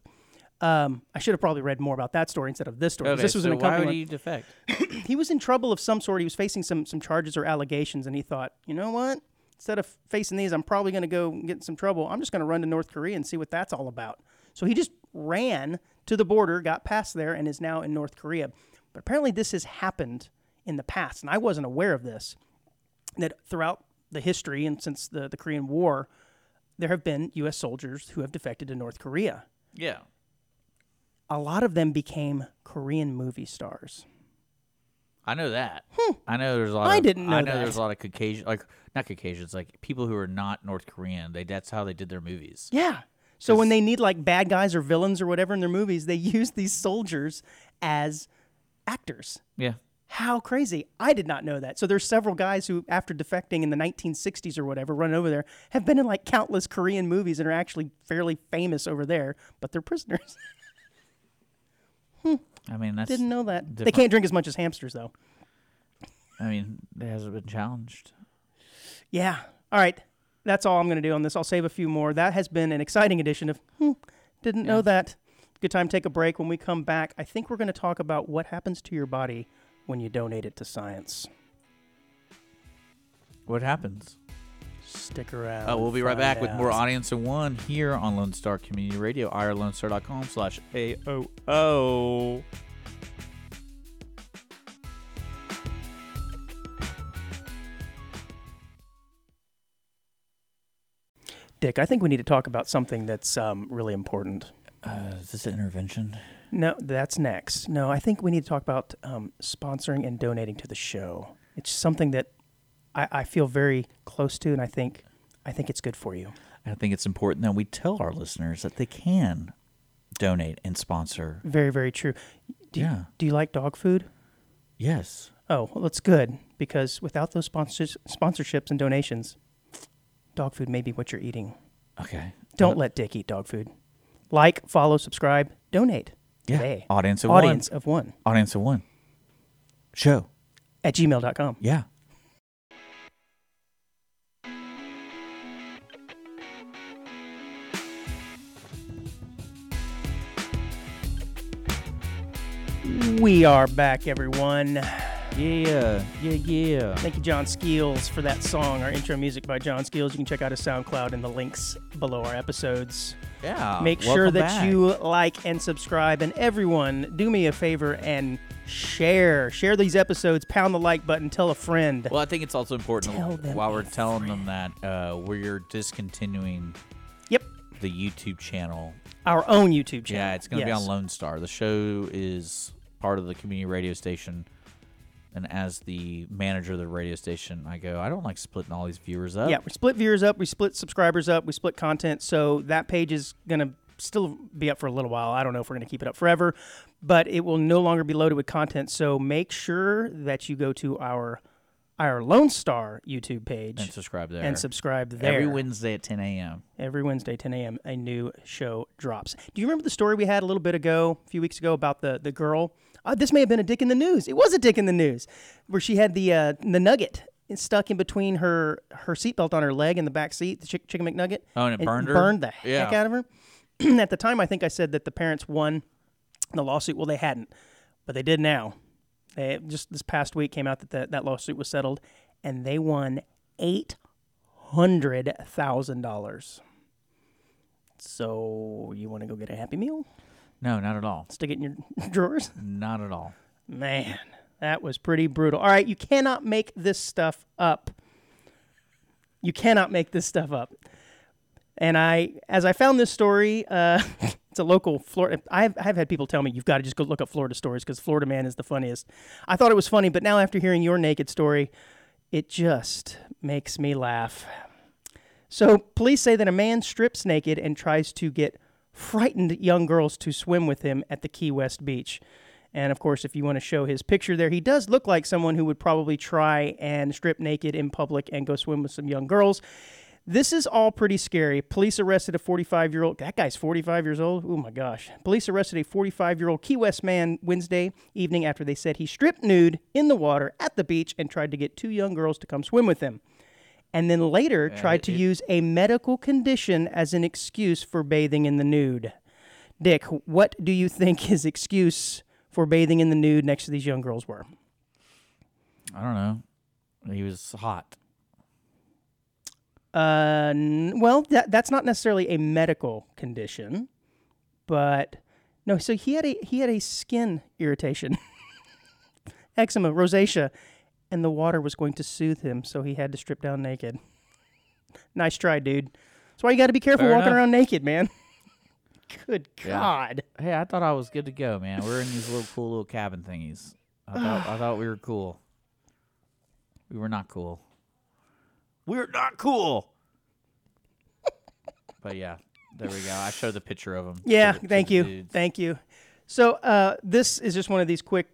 A: Um, I should have probably read more about that story instead of this story. 'cause
B: okay.
A: this was
B: so
A: an
B: why
A: accompanying
B: would
A: one.
B: he defect?
A: he was in trouble of some sort. He was facing some some charges or allegations, and he thought, you know what? Instead of facing these, I'm probably going to go and get in some trouble. I'm just going to run to North Korea and see what that's all about. So he just ran to the border, got past there, and is now in North Korea. But apparently, this has happened in the past, and I wasn't aware of this. That throughout the history and since the, the Korean War, there have been U.S. soldiers who have defected to North Korea.
B: Yeah.
A: A lot of them became Korean movie stars.
B: I know that. I know there's a lot.
A: I
B: of,
A: didn't know
B: I know
A: that.
B: there's a lot of Caucasian, like not Caucasians, like people who are not North Korean. They that's how they did their movies.
A: Yeah. So when they need like bad guys or villains or whatever in their movies, they use these soldiers as actors.
B: Yeah.
A: How crazy. I did not know that. So there's several guys who, after defecting in the 1960s or whatever, running over there, have been in like countless Korean movies and are actually fairly famous over there, but they're prisoners.
B: I mean, that's.
A: Didn't know that. They can't drink as much as hamsters, though.
B: I mean, it hasn't been challenged.
A: Yeah. All right. That's all I'm going to do on this. I'll save a few more. That has been an exciting edition of hmm, Didn't Know That. Good time to take a break. When we come back, I think we're going to talk about what happens to your body when you donate it to science.
B: What happens?
A: Stick around.
B: Oh, we'll
A: and
B: be right
A: find
B: back with more
A: out.
B: Audience in One here on Lone Star Community Radio, irlonestar.com slash AOO.
A: Dick, I think we need to talk about something that's um, really important.
B: Uh, is this an intervention?
A: No, that's next. No, I think we need to talk about um, sponsoring and donating to the show. It's something that I, I feel very close to, and I think I think it's good for you.
B: I think it's important that we tell our listeners that they can donate and sponsor.
A: Very, very true. Do
B: Yeah.
A: You, do you like dog food?
B: Yes.
A: Oh, well, that's good because without those sponsors, sponsorships and donations, dog food may be what you're eating.
B: Okay.
A: Don't let Dick eat dog food. Like, follow, subscribe, donate.
B: Yeah.
A: Today.
B: Audience of
A: Audience of one
B: one. Audience of one. Show.
A: at gmail.com.
B: Yeah.
A: We are back, everyone.
B: Yeah. Yeah. Yeah.
A: Thank you, John Skeels, for that song, our intro music by John Skeels. You can check out his SoundCloud and the links below our episodes.
B: Yeah.
A: Make sure
B: Uh, Welcome
A: that
B: back.
A: you like and subscribe. And everyone, do me a favor and share. Share these episodes, pound the like button, tell a friend.
B: Well, I think it's also important
A: Tell them
B: while we're
A: it's
B: telling them that uh, we're discontinuing
A: Yep,
B: the YouTube channel.
A: our own YouTube channel.
B: Yeah, it's going to be
A: Yes.
B: on Lone Star. The show is part of the community radio station. And as the manager of the radio station, I go, I don't like splitting all these viewers up.
A: Yeah, we split viewers up, we split subscribers up, we split content. So that page is going to still be up for a little while. I don't know if we're going to keep it up forever, but it will no longer be loaded with content. So make sure that you go to our our Lone Star YouTube page
B: And subscribe there.
A: and subscribe there.
B: Every Wednesday at 10 a.m.
A: Every Wednesday, 10 a.m., a new show drops. Do you remember the story we had a little bit ago, a few weeks ago, about the the girl? Uh, this may have been a dick in the news. It was a dick in the news, where she had the uh, the nugget stuck in between her her seatbelt on her leg in the back seat, the chick, chicken McNugget.
B: Oh, and it burned her?
A: Burned the heck
B: Yeah.
A: out of her. At the time, I think I said that the parents won the lawsuit. Well, they hadn't, but they did now. They just this past week came out that that, that lawsuit was settled, and they won eight hundred thousand dollars. So you want to go get a happy meal?
B: No, not at all.
A: Stick it in your drawers?
B: Not at all.
A: Man, that was pretty brutal. All right, you cannot make this stuff up. You cannot make this stuff up. And I, as I found this story, uh, it's a local Florida. I've, I've had people tell me you've got to just go look up Florida stories because Florida Man is the funniest. I thought it was funny, but now after hearing your naked story, it just makes me laugh. So police say that a man strips naked and tries to get frightened young girls to swim with him at the Key West beach. And of course, if you want to show his picture there, he does look like someone who would probably try and strip naked in public and go swim with some young girls. This is all pretty scary. Police arrested a 45 year old. That guy's 45 years old. Oh my gosh. Police arrested a 45 year old Key West man Wednesday evening after they said he stripped nude in the water at the beach and tried to get two young girls to come swim with him. And then later tried to use a medical condition as an excuse for bathing in the nude. Dick, what do you think his excuse for bathing in the nude next to these young girls were?
B: I don't know. He was hot.
A: Uh, n- well, that, that's not necessarily a medical condition, but no. So he had a he had a skin irritation, eczema, rosacea, and the water was going to soothe him, so he had to strip down naked. nice try, dude. That's why you got to be careful
B: Fair
A: walking
B: enough.
A: around naked, man. Good God.
B: Hey, I thought I was good to go, man. We're in these little cool little cabin thingies. I thought I thought we were cool. We were not cool. We're not cool. but yeah, There we go. I showed the picture of him.
A: Yeah,
B: to the- to
A: thank
B: the
A: you,
B: dudes.
A: thank you. So uh, this is just one of these quick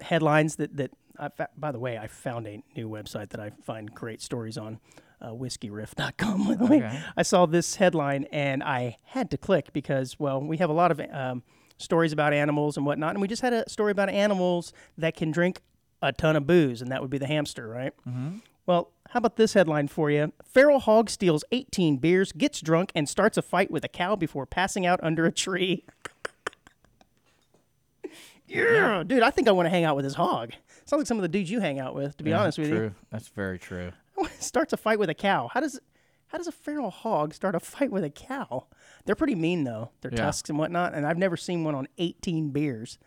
A: headlines that that. I fa- by the way, I found a new website that I find great stories on, uh, whiskeyriff.com. By the way,
B: Okay.
A: I saw this headline and I had to click because, well, we have a lot of um, stories about animals and whatnot, and we just had a story about animals that can drink a ton of booze, and that would be the hamster, right? Mm-hmm. Well, how about this headline for you? Feral hog steals 18 beers, gets drunk, and starts a fight with a cow before passing out under a tree. yeah, dude, I think I want to hang out with this hog. Sounds like some of the dudes you hang out with, to be
B: Yeah,
A: honest with you.
B: true. That's very true.
A: starts a fight with a cow. How does how does a feral hog start a fight with a cow? They're pretty mean though. Their
B: Yeah.
A: tusks and whatnot, and I've never seen one on 18 beers.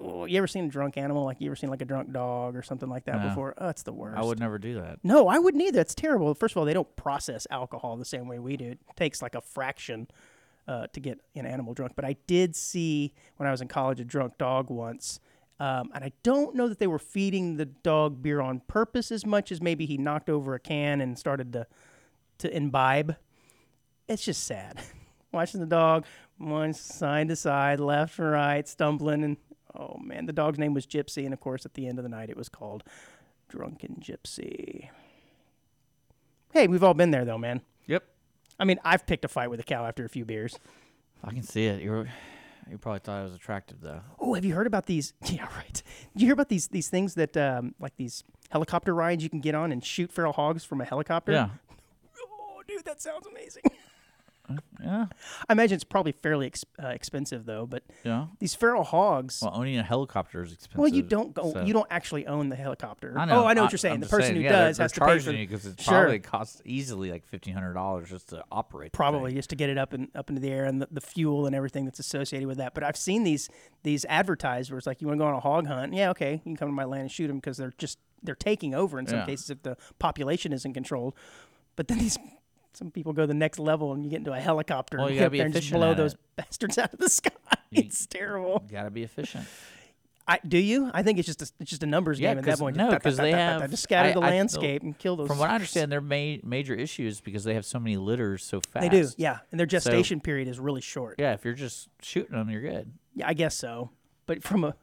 A: Oh, you ever seen a drunk animal? Like you ever seen like a drunk dog or something like that before? Oh, it's the worst.
B: I would never do that.
A: No, I wouldn't either. It's terrible. First of all, they don't process alcohol the same way we do. It takes like a fraction uh, to get an animal drunk. But I did see when I was in college a drunk dog once. Um, and I don't know that they were feeding the dog beer on purpose as much as maybe he knocked over a can and started to to imbibe. It's just sad. Watching the dog one side to side, left and right, stumbling and oh man, the dog's name was Gypsy, and of course at the end of the night it was called Drunken Gypsy. Hey, we've all been there though, man.
B: Yep.
A: I mean, I've picked a fight with a cow after a few beers.
B: I can see it. You were, you probably thought I was attractive though.
A: Oh, have you heard about these? Yeah, right. Did you hear about these these things that um, like these helicopter rides you can get on and shoot feral hogs from a helicopter?
B: Yeah.
A: Oh, dude, that sounds amazing.
B: Yeah.
A: I imagine it's probably fairly ex- uh, expensive though, but
B: Yeah.
A: these feral hogs. Well,
B: Well, owning a helicopter is expensive.
A: you don't go.
B: so-
A: You don't actually own the helicopter.
B: I know.
A: Oh, I know what you're saying.
B: I'm
A: the
B: just
A: person who
B: yeah, they're-
A: does
B: they're
A: has to pay for
B: charging you because it
A: Sure.
B: probably costs easily like fifteen hundred dollars just to operate. the
A: probably
B: thing.
A: just to get it up and up into the air and the, the fuel and everything that's associated with that. But I've seen these these advertised where it's like you want to go on a hog hunt. Yeah, okay, you can come to my land and shoot them because they're just they're taking over in some
B: Yeah.
A: cases if the population isn't controlled. But then these some people go the next level and you get into a helicopter
B: Well,
A: and
B: you
A: get
B: gotta
A: up
B: be
A: there and just
B: efficient
A: blow
B: at
A: those bastards out of the sky. it's terrible.
B: You gotta be efficient.
A: I, do you? I think it's just a, it's just a numbers
B: Yeah,
A: game at that
B: 'cause-
A: point.
B: no,
A: Just
B: 'cause they
A: ta-ta-ta-ta-ta,
B: have-
A: just scatter
B: I-
A: the
B: I-
A: landscape and kill those.
B: From what I
A: fuckers.
B: understand, their ma- major issue is because they have so many litters so fast.
A: they do, yeah, and their gestation period is really short.
B: Yeah, if you're just shooting them, you're good.
A: Yeah, I guess so. But from a,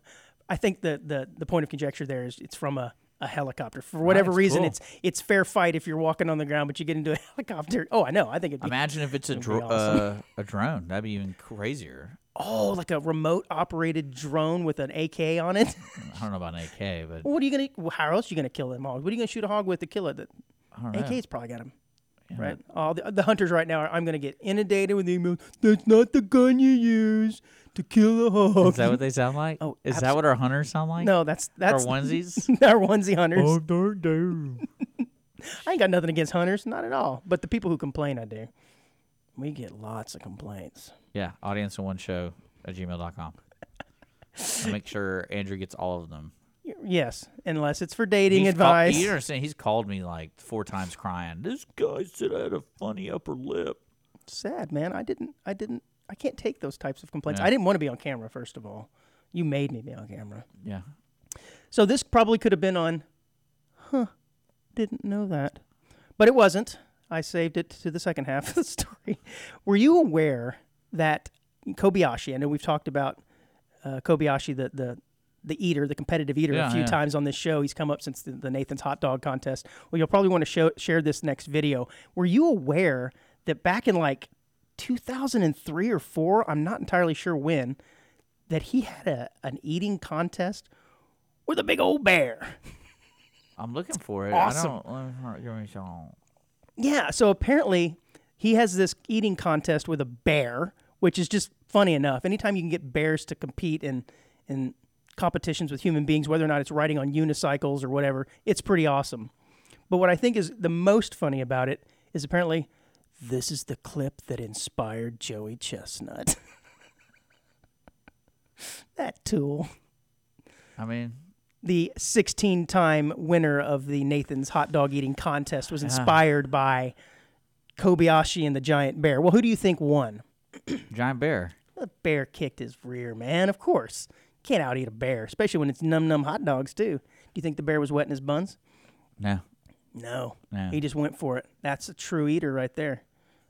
A: I think the the, the point of conjecture there is it's from a, a helicopter. For whatever
B: it's
A: reason,
B: cool.
A: it's it's fair fight if you're walking on the ground, but you get into a helicopter. Oh, I know. I think it'd be
B: Imagine if it's a
A: That'd be
B: dro-
A: awesome.
B: uh, a drone. That'd be even crazier.
A: oh, like a remote operated drone with an AK on it.
B: I don't know about an AK, but
A: what are you gonna? well, How else you gonna kill them hogs? What are you gonna shoot a hog with to kill it? The
B: I don't know.
A: AK's probably got him.
B: Oh, Yeah,
A: Right, all the, the hunters right now. are I'm gonna get inundated with emails. That's not the gun you use to kill a hog.
B: Is that what they sound like?
A: Oh,
B: is
A: abso-
B: that what our hunters sound like?
A: no, that's
B: our
A: that's
B: onesies. Oh,
A: our onesie hunters.
B: darn, darn.
A: I ain't got nothing against hunters, not at all. But the people who complain, I do. We get lots of complaints.
B: Yeah, audience in one show at gmail.com. I'll make sure Andrew gets all of them.
A: Y- Yes, unless it's for dating
B: He's call-
A: advice.
B: you understand? He's called me like four times crying. This guy said I had a funny upper lip.
A: Sad man, I didn't. I didn't. I can't take those types of complaints.
B: Yeah.
A: I didn't want to be on camera. First of all, you made me be on camera.
B: Yeah.
A: So this probably could have been on. Huh? Didn't know that, but it wasn't. I saved it to the second half of the story. Were you aware that Kobayashi? I know we've talked about uh, Kobayashi, the the the eater, the competitive eater, a
B: Yeah,
A: few
B: yeah.
A: times on this show. He's come up since the, the Nathan's hot dog contest. Well, you'll probably want to show, share this next video. Were you aware that back in like 2003 or four? I'm not entirely sure when. That he had a an eating contest with a big old bear.
B: I'm looking for it.
A: awesome.
B: I don't. I don't give me some-
A: Yeah, so apparently he has this eating contest with a bear, which is just funny enough. Anytime you can get bears to compete in in competitions with human beings, whether or not it's riding on unicycles or whatever, it's pretty awesome. But what I think is the most funny about it is apparently this is the clip that inspired Joey Chestnut. that tool.
B: I mean,
A: the 16 time winner of the Nathan's hot dog eating contest
B: Ah.
A: was inspired by Kobayashi and the giant bear. Well, who do you think won?
B: giant bear.
A: The bear kicked his rear, man, of course. Can't out eat a bear, especially when it's num num hot dogs, too. Do you think the bear was wetting his buns?
B: No.
A: No.
B: No.
A: He just went for it. That's a true eater right there.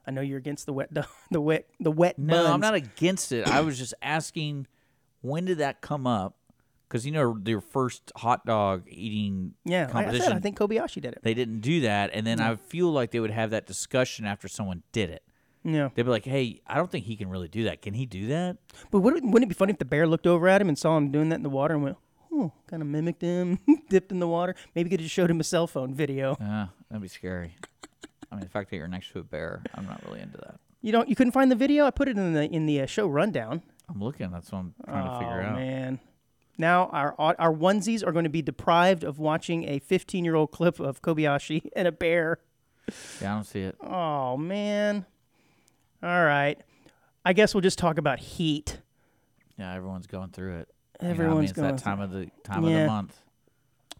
A: I know you're against the wet, the, the wet, the wet.
B: No, I'm
A: buns.
B: not against it. I was just asking, when did that come up? Because you know their first hot dog eating
A: Yeah, like I
B: competition,
A: said I think Kobayashi did it.
B: they didn't do that, and then I feel like they would have that discussion after someone did it.
A: Yeah,
B: They'd be like, "Hey, I don't think he can really do that. Can he do that?"
A: but wouldn't it- wouldn't it be funny if the bear looked over at him and saw him doing that in the water and went, "Hmm," kind of mimicked him, dipped in the water. Maybe could have showed him a cell phone video.
B: Uh, that'd be scary. I mean, the fact that you're next to a bear, I'm not really into that.
A: You don't. You couldn't find the video. I put it in the in the uh, show rundown.
B: I'm looking. That's what I'm trying to figure
A: oh
B: out.
A: man. Now our au- our onesies are going to be deprived of watching a 15 year old clip of Kobayashi and a bear.
B: Yeah, I don't see it.
A: Oh man. All right. I guess we'll just talk about heat.
B: Yeah, everyone's going through it.
A: Everyone's
B: you know, I mean,
A: going
B: it's
A: through-
B: that time of the time of
A: Yeah.
B: the month.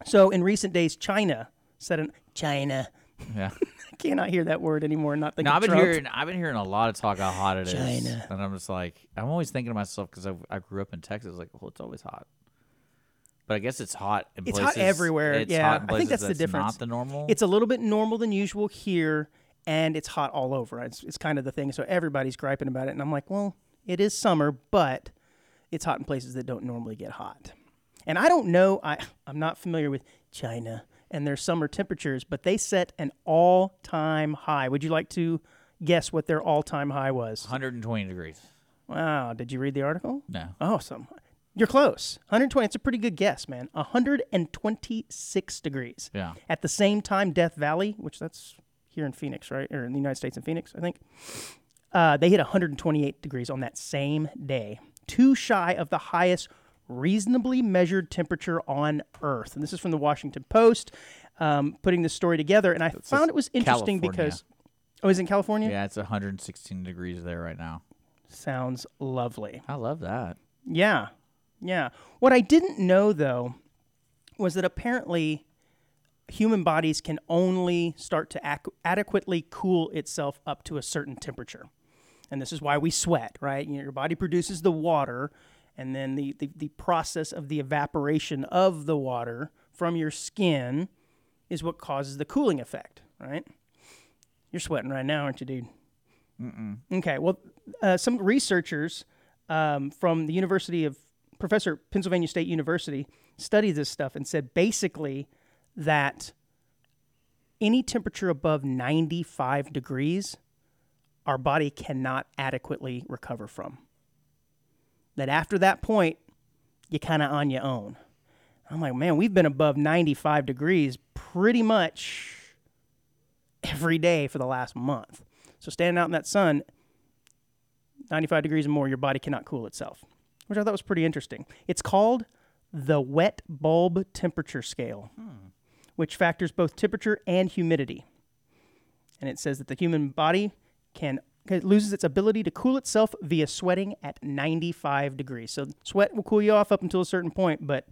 A: So in recent days, China said an China.
B: Yeah.
A: I cannot hear that word anymore. and Not thinking
B: No, I've been
A: Trump.
B: hearing I've been hearing a lot of talk how hot it is,
A: China.
B: and I'm just like I'm always thinking to myself because I, I grew up in Texas, like well, it's always hot. But I guess it's hot in
A: It's hot
B: places.
A: everywhere,
B: It's
A: yeah.
B: hot in
A: I think
B: places
A: that's the difference.
B: Not the normal.
A: It's a little bit normal than usual here, and it's hot all over. It's, it's kind of the thing. So everybody's griping about it, and I'm like, well, it is summer, but it's hot in places that don't normally get hot. And I don't know. I I'm not familiar with China and their summer temperatures, but they set an all-time high. Would you like to guess what their all-time high was?
B: 120 degrees.
A: Wow! Did you read the article?
B: No,
A: Awesome. You're close. 120. It's a pretty good guess, man. 126 degrees.
B: yeah,
A: At the same time, Death Valley, which that's here in Phoenix, right, or in the United States in Phoenix, I think, uh, they hit 128 degrees on that same day, too shy of the highest reasonably measured temperature on Earth. And this is from the Washington Post, um, putting this story together. And I found it was interesting
B: California.
A: because oh, is it in California?
B: yeah. It's 116 degrees there right now.
A: Sounds lovely.
B: I love that.
A: Yeah. Yeah. What I didn't know though was that apparently human bodies can only start to ac- adequately cool itself up to a certain temperature. And this is why we sweat, right? You know, your body produces the water and then the, the, the process of the evaporation of the water from your skin is what causes the cooling effect, right? You're sweating right now, aren't you, dude? Okay. Well, uh, some researchers um, from the University of Professor Pennsylvania State University studied this stuff and said basically that any temperature above 95 degrees, our body cannot adequately recover from. That after that point, you're kind of on your own. I'm like, man, we've been above 95 degrees pretty much every day for the last month. So standing out in that sun, 95 degrees and more, your body cannot cool itself, which I thought was pretty interesting. It's called the wet bulb temperature scale, which factors both temperature and humidity. And it says that the human body can it loses its ability to cool itself via sweating at 95 degrees. So sweat will cool you off up until a certain point, but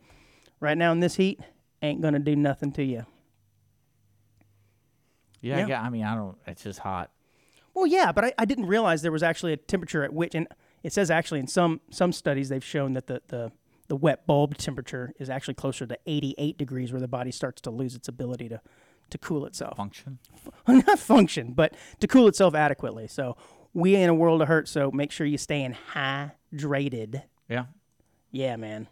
A: right now in this heat, ain't gonna do nothing to you.
B: Yeah,
A: Yeah.
B: yeah. I mean, I don't. It's just hot.
A: Well, yeah, but I, I didn't realize there was actually a temperature at which, and it says actually in some some studies they've shown that the the the wet bulb temperature is actually closer to 88 degrees, where the body starts to lose its ability to to cool itself,
B: Function.
A: not function, but to cool itself adequately. So we ain't a world of hurt. So make sure you're staying hydrated.
B: Yeah,
A: Yeah, man.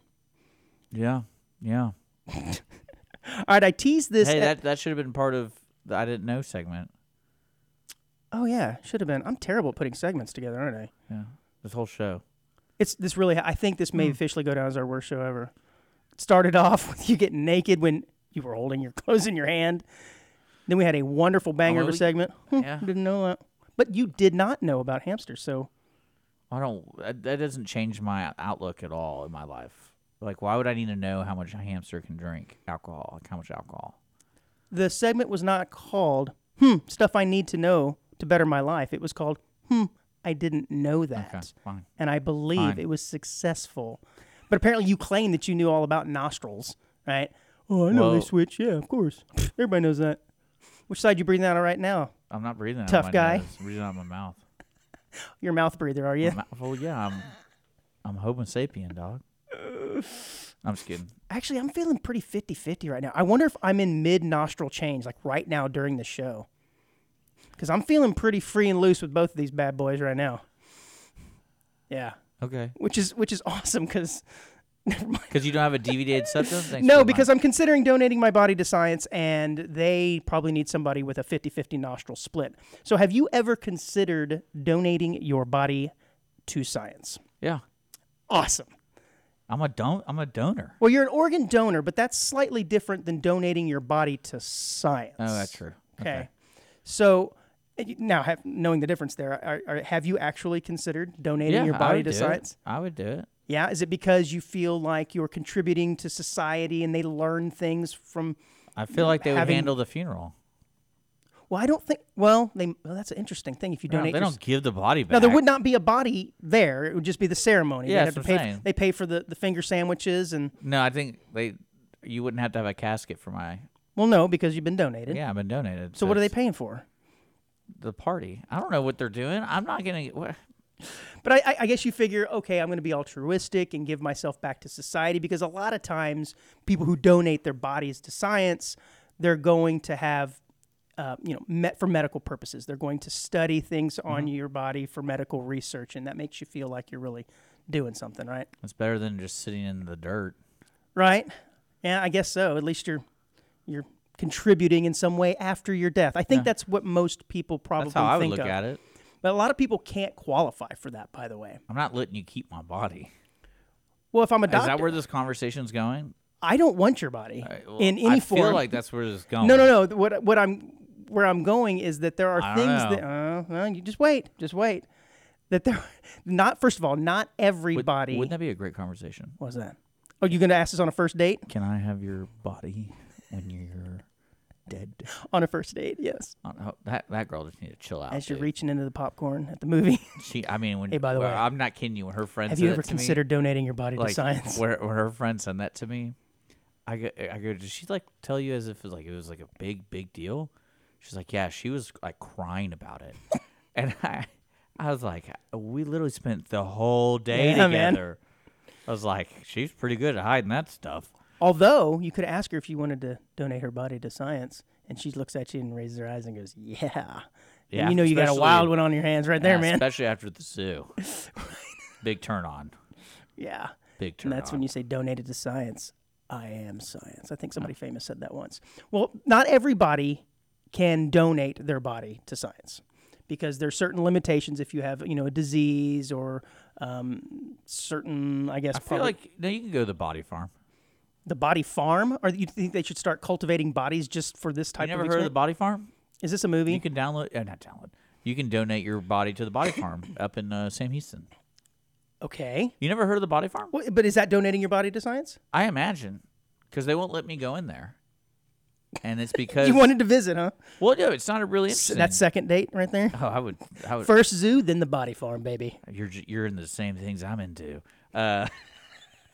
B: yeah, yeah.
A: All right, I teased this.
B: Hey,
A: at-
B: that that should have been part of the I didn't know segment.
A: oh yeah, should have been. I'm terrible at putting segments together, aren't I?
B: Yeah, this whole show.
A: It's this really. I think this
B: Hmm.
A: may officially go down as our worst show ever. It started off with you getting naked when you were holding your clothes in your hand. Then we had a wonderful banger
B: Oh,
A: of a
B: we-
A: segment. Hmm,
B: yeah.
A: didn't know that. But you did not know about hamsters, so
B: I don't. That that doesn't change my outlook at all in my life. Like, why would I need to know how much a hamster can drink alcohol? Like, how much alcohol?
A: the segment was not called "Hmm Stuff I Need to Know to Better My Life." It was called "Hmm I Didn't Know That,"
B: Okay, fine.
A: and I believe
B: Fine.
A: it was successful. But apparently, you claim that you knew all about nostrils, right? Oh, I know
B: Well-
A: they switch. Yeah, of course. Everybody knows that. Which side you breathing out of right now?
B: I'm not breathing.
A: Tough
B: out of my
A: guy.
B: Nose. I'm breathing out of my mouth.
A: You're a mouth breather, are you?
B: My- well, yeah. I'm. I'm Homo sapien, dog. I'm just kidding.
A: Actually, I'm feeling pretty 50 50 right now. I wonder if I'm in mid nostril change, like right now during the show. Because I'm feeling pretty free and loose with both of these bad boys right now. Yeah,
B: Okay.
A: which is which is awesome. Because never mind.
B: Because you don't have a DVD acceptance? Thanks
A: No,
B: for
A: because I'm considering donating my body to science, and they probably need somebody with a 50 50 nostril split. So, have you ever considered donating your body to science?
B: Yeah.
A: Awesome.
B: I'm a don- I'm a donor.
A: Well, you're an organ donor, but that's slightly different than donating your body to science.
B: Oh, that's true.
A: Okay. So, and you- now have, knowing the difference there, are, are, have you actually considered donating
B: Yeah,
A: your
B: I
A: body
B: would
A: to
B: do it.
A: science?
B: I would do it.
A: Yeah. Is it because you feel like you're contributing to society and they learn things from
B: I feel like they would
A: having-
B: handle the funeral.
A: Well, I don't think. Well, they. Well, that's an interesting thing. If you
B: No,
A: donate,
B: they
A: your,
B: don't give the body back.
A: now there would not be a body there. It would just be the ceremony. They'd
B: Yeah,
A: have
B: that's
A: to
B: what I'm
A: pay.
B: saying.
A: They pay for the the finger sandwiches and
B: No, I think they. You wouldn't have to have a casket for my.
A: well, no, because you've been donated.
B: Yeah, I've been donated.
A: So what are they paying for?
B: The party. I don't know what they're doing. I'm not gonna. What?
A: But I, I, I guess you figure, okay, I'm going to be altruistic and give myself back to society because a lot of times people who donate their bodies to science, they're going to have, uh, you know, met for medical purposes. They're going to study things on
B: Mm-hmm.
A: your body for medical research, and that makes you feel like you're really doing something, right?
B: It's better than just sitting in the dirt.
A: Right? Yeah, I guess so. At least you're you're contributing in some way after your death. I think that's what most people probably
B: That's how I would
A: think
B: look
A: of.
B: at it.
A: But a lot of people can't qualify for that, by the way.
B: I'm not letting you keep my body.
A: Well, if I'm a
B: Is
A: doctor,
B: that where this conversation's going?
A: I don't want your body
B: I- well,
A: in any
B: I
A: form.
B: feel like that's where it's going.
A: no, no, no. Th- What what I'm where I'm going is that there are
B: I don't
A: things
B: know.
A: that uh, well, you just wait, just wait. That there, not first of all, not everybody.
B: Wouldn't that be a great conversation?
A: What's that? Oh, you going to ask this on a first date?
B: Can I have your body when you're dead?
A: On a first date, yes.
B: I don't know. that that girl just need to chill out.
A: As you're
B: dude.
A: reaching into the popcorn at the movie.
B: she, I mean, when
A: Hey, by the
B: well,
A: way,
B: I'm not kidding you. When her friends
A: Have you
B: said
A: ever
B: that to me,
A: considered donating your body to
B: like
A: science?
B: Where, when her friend said that to me, I go, I go, did she like tell you as if it was like it was like a big big deal? She's like, yeah, she was like crying about it, and I, I was like, we literally spent the whole day
A: Yeah, man.
B: together. I was like, she's pretty good at hiding that stuff.
A: Although you could ask her if you wanted to donate her body to science, and she looks at you and raises her eyes and goes, "Yeah."
B: Yeah,
A: And you know you got a
B: especially-
A: wild one on your hands right there,
B: Yeah,
A: man.
B: Especially after the zoo, big turn on,
A: yeah.
B: big turn.
A: And that's
B: on.
A: when you say donated to science. I am science. I think somebody famous said that once. Well, not everybody can donate their body to science because there's certain limitations if you have, you know, a disease or um, certain, I guess,
B: I feel like no, you can go to the body farm.
A: the body farm. Or you think they should start cultivating bodies just for this
B: You
A: type
B: never
A: of
B: heard of the
A: experiment?
B: body farm?
A: Is this a movie?
B: You can download, uh, not download. You can donate your body to the Body Farm up in uh, Sam Houston.
A: Okay.
B: You never heard of the Body Farm?
A: Wha- But is that donating your body to science?
B: I imagine because they won't let me go in there, and it's because
A: You wanted to visit, huh?
B: well, no, it's not really
A: So
B: interesting.
A: That second date right there.
B: oh, I would, I would.
A: First zoo, then the body farm, baby.
B: you're j- you're in the same things I'm into. Uh,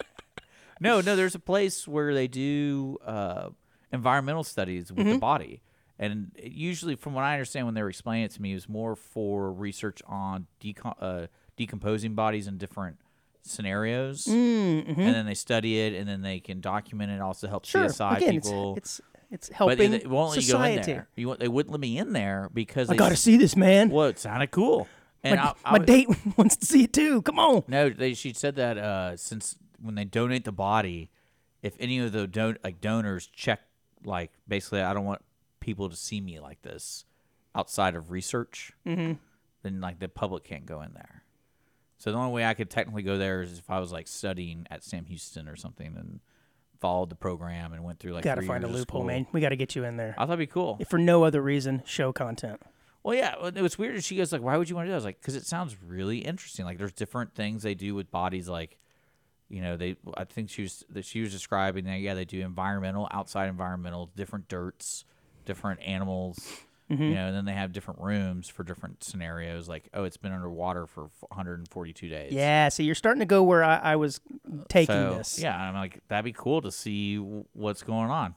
B: no, no, there's a place where they do uh, environmental studies with
A: Mm-hmm.
B: the body. And it usually, from what I understand, when they were explaining it to me, it was more for research on decom- uh, decomposing bodies in different scenarios. And then they study it, and then they can document it. Also helps
A: Mm, mm-hmm. Sure.
B: CSI
A: Again,
B: people.
A: it's it's it's
B: but they,
A: helping
B: they won't let you go in
A: society.
B: there. You, won't- they wouldn't let me in there because
A: I
B: they
A: gotta
B: s-
A: see this, man.
B: Well, it sounded cool. And
A: my
B: I, I
A: my
B: was-
A: date wants to see it too. Come on.
B: no, they, she said that uh, since when they donate the body, if any of the don- like donors check, like basically, I don't want people to see me like this outside of research. Mm-hmm. Then like the public can't go in there. So the only way I could technically go there is if I was like studying at Sam Houston or something and followed the program and went through like
A: Gotta
B: three
A: find a
B: years of
A: loophole,
B: school. Oh.
A: man. We gotta get you in there.
B: I thought it'd be cool.
A: If for no other reason, show content.
B: Well, yeah, well, it was weird. and She goes like, "Why would you want to do?" that? I was like, "Because it sounds really interesting. Like, there's different things they do with bodies. Like, you know, they. I think she was that she was describing that. Yeah, they do environmental, outside environmental, different dirts, different animals.
A: Mm-hmm.
B: You know, and then they have different rooms for different scenarios. Like, oh, it's been underwater for 142 days.
A: Yeah, see, you're starting to go where I, I was taking
B: Uh, So,
A: this.
B: yeah, I'm like, that'd be cool to see w- what's going on.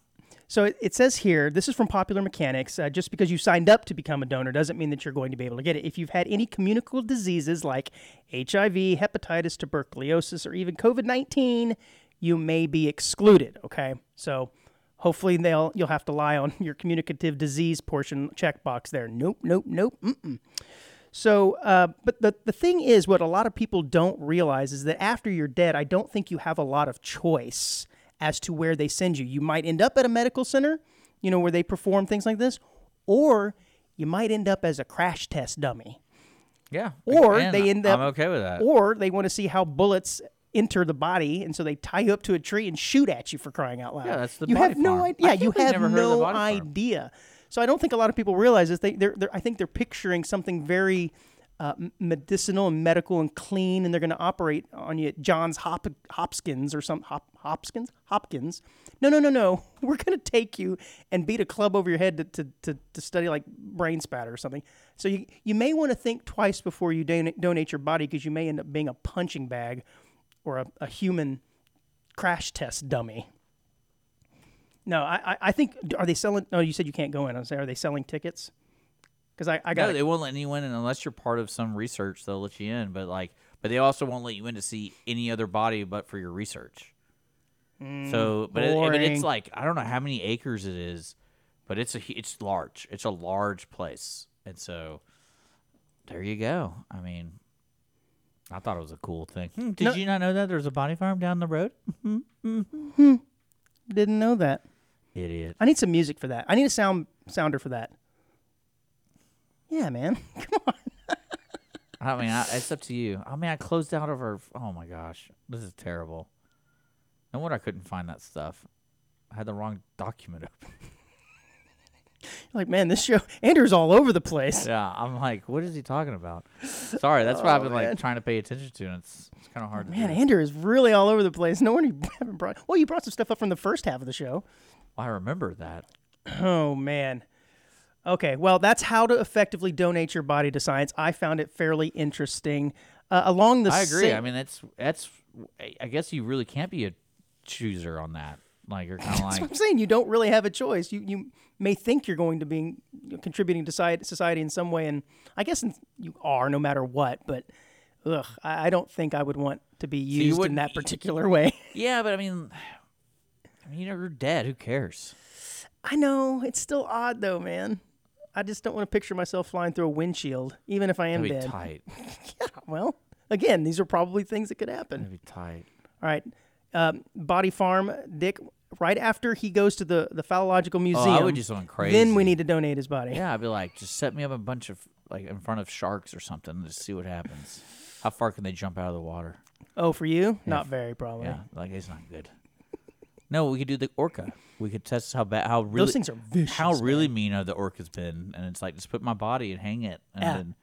A: So it, it says here, this is from Popular Mechanics. Uh, just because you signed up to become a donor doesn't mean that you're going to be able to get it. If you've had any communicable diseases like HIV, hepatitis, tuberculosis, or even COVID 19, you may be excluded. Okay. So Hopefully they'll you'll have to lie on your communicative disease portion checkbox there. Nope, nope, nope. Mm-mm. So, uh, but the the thing is, what a lot of people don't realize is that after you're dead, I don't think you have a lot of choice as to where they send you. You might end up at a medical center, you know, where they perform things like this, or you might end up as a crash test dummy.
B: Yeah.
A: Or
B: And
A: they end up-
B: I'm okay with that.
A: Or they want to see how bullets enter the body, and so they tie you up to a tree and shoot at you for crying out loud.
B: Yeah, that's the
A: you
B: body
A: have no
B: farm.
A: idea.
B: I
A: Yeah, you
B: can't believe
A: have
B: never heard of the
A: no
B: body farm.
A: idea. So I don't think a lot of people realize this. They, they're, they're, I think they're picturing something very uh, m- medicinal and medical and clean, and they're going to operate on you at Johns Hop- Hopkins or some Hop- Hopkins Hopkins. No, no, no, no. We're going to take you and beat a club over your head to, to, to, to study like brain spatter or something. So you you may want to think twice before you don- donate your body because you may end up being a punching bag or a, a human crash test dummy. No, I, I, I think are they selling? No, you said you can't go in. I say, are they selling tickets? Because I, I got
B: No, they won't let anyone in unless you're part of some research. They'll let you in, but like, but they also won't let you in to see any other body but for your research. so, but, it, but
A: Mm, boring.
B: it's like I don't know how many acres it is, but it's a hu- it's large. It's a large place, and so there you go. I mean, I thought it was a cool thing. Hmm, did
A: No-
B: you not know that there's a body farm down the road?
A: didn't know that.
B: Idiot.
A: I need some music for that. I need a sound sounder for that. Yeah, man. Come on.
B: I mean, I, it's up to you. I mean, I closed out of our. Oh my gosh, this is terrible. No wonder I couldn't find that stuff. I had the wrong document open.
A: Like, man, this show Andrew's all over the place.
B: yeah, I'm like, what is he talking about? Sorry, that's what I've been like trying to pay attention to, and it's it's kind of hard.
A: Oh, Man,
B: to do.
A: Andrew is really all over the place. No wonder you haven't brought. Well, you brought some stuff up from the first half of the show.
B: I remember that.
A: Oh man. Okay, well, that's how to effectively donate your body to science. I found it fairly interesting. Uh, along the
B: I agree.
A: same-
B: I mean, that's that's. I I guess you really can't be a chooser on that. Like you're kind of
A: That's
B: like
A: what I'm saying. You don't really have a choice. You you may think you're going to be contributing to society, society in some way, and I guess in- you are no matter what. But ugh, I I don't think I would want to be
B: you
A: used in
B: wouldn't-
A: that particular way.
B: yeah, but I mean, I mean, you know, you're dead. Who cares?
A: I know it's still odd though, man. I just don't want to picture myself flying through a windshield, even if I am
B: That'd be
A: dead.
B: tight.
A: Well, again, these are probably things that could happen.
B: That'd be tight.
A: All right, um, Body Farm Dick. Right after he goes to the the phallological museum,
B: Oh, I would do something crazy.
A: then we need to donate his body.
B: Yeah, I'd be like, just set me up a bunch of like in front of sharks or something and just see what happens. How far can they jump out of the water?
A: Oh, for you? Not very, probably.
B: Yeah, like it's not good. No, we could do the orca. We could test how bad, how really,
A: Those things are vicious.
B: how really mean have the orca's been, and it's like just put my body and hang it, and
A: Yeah.
B: then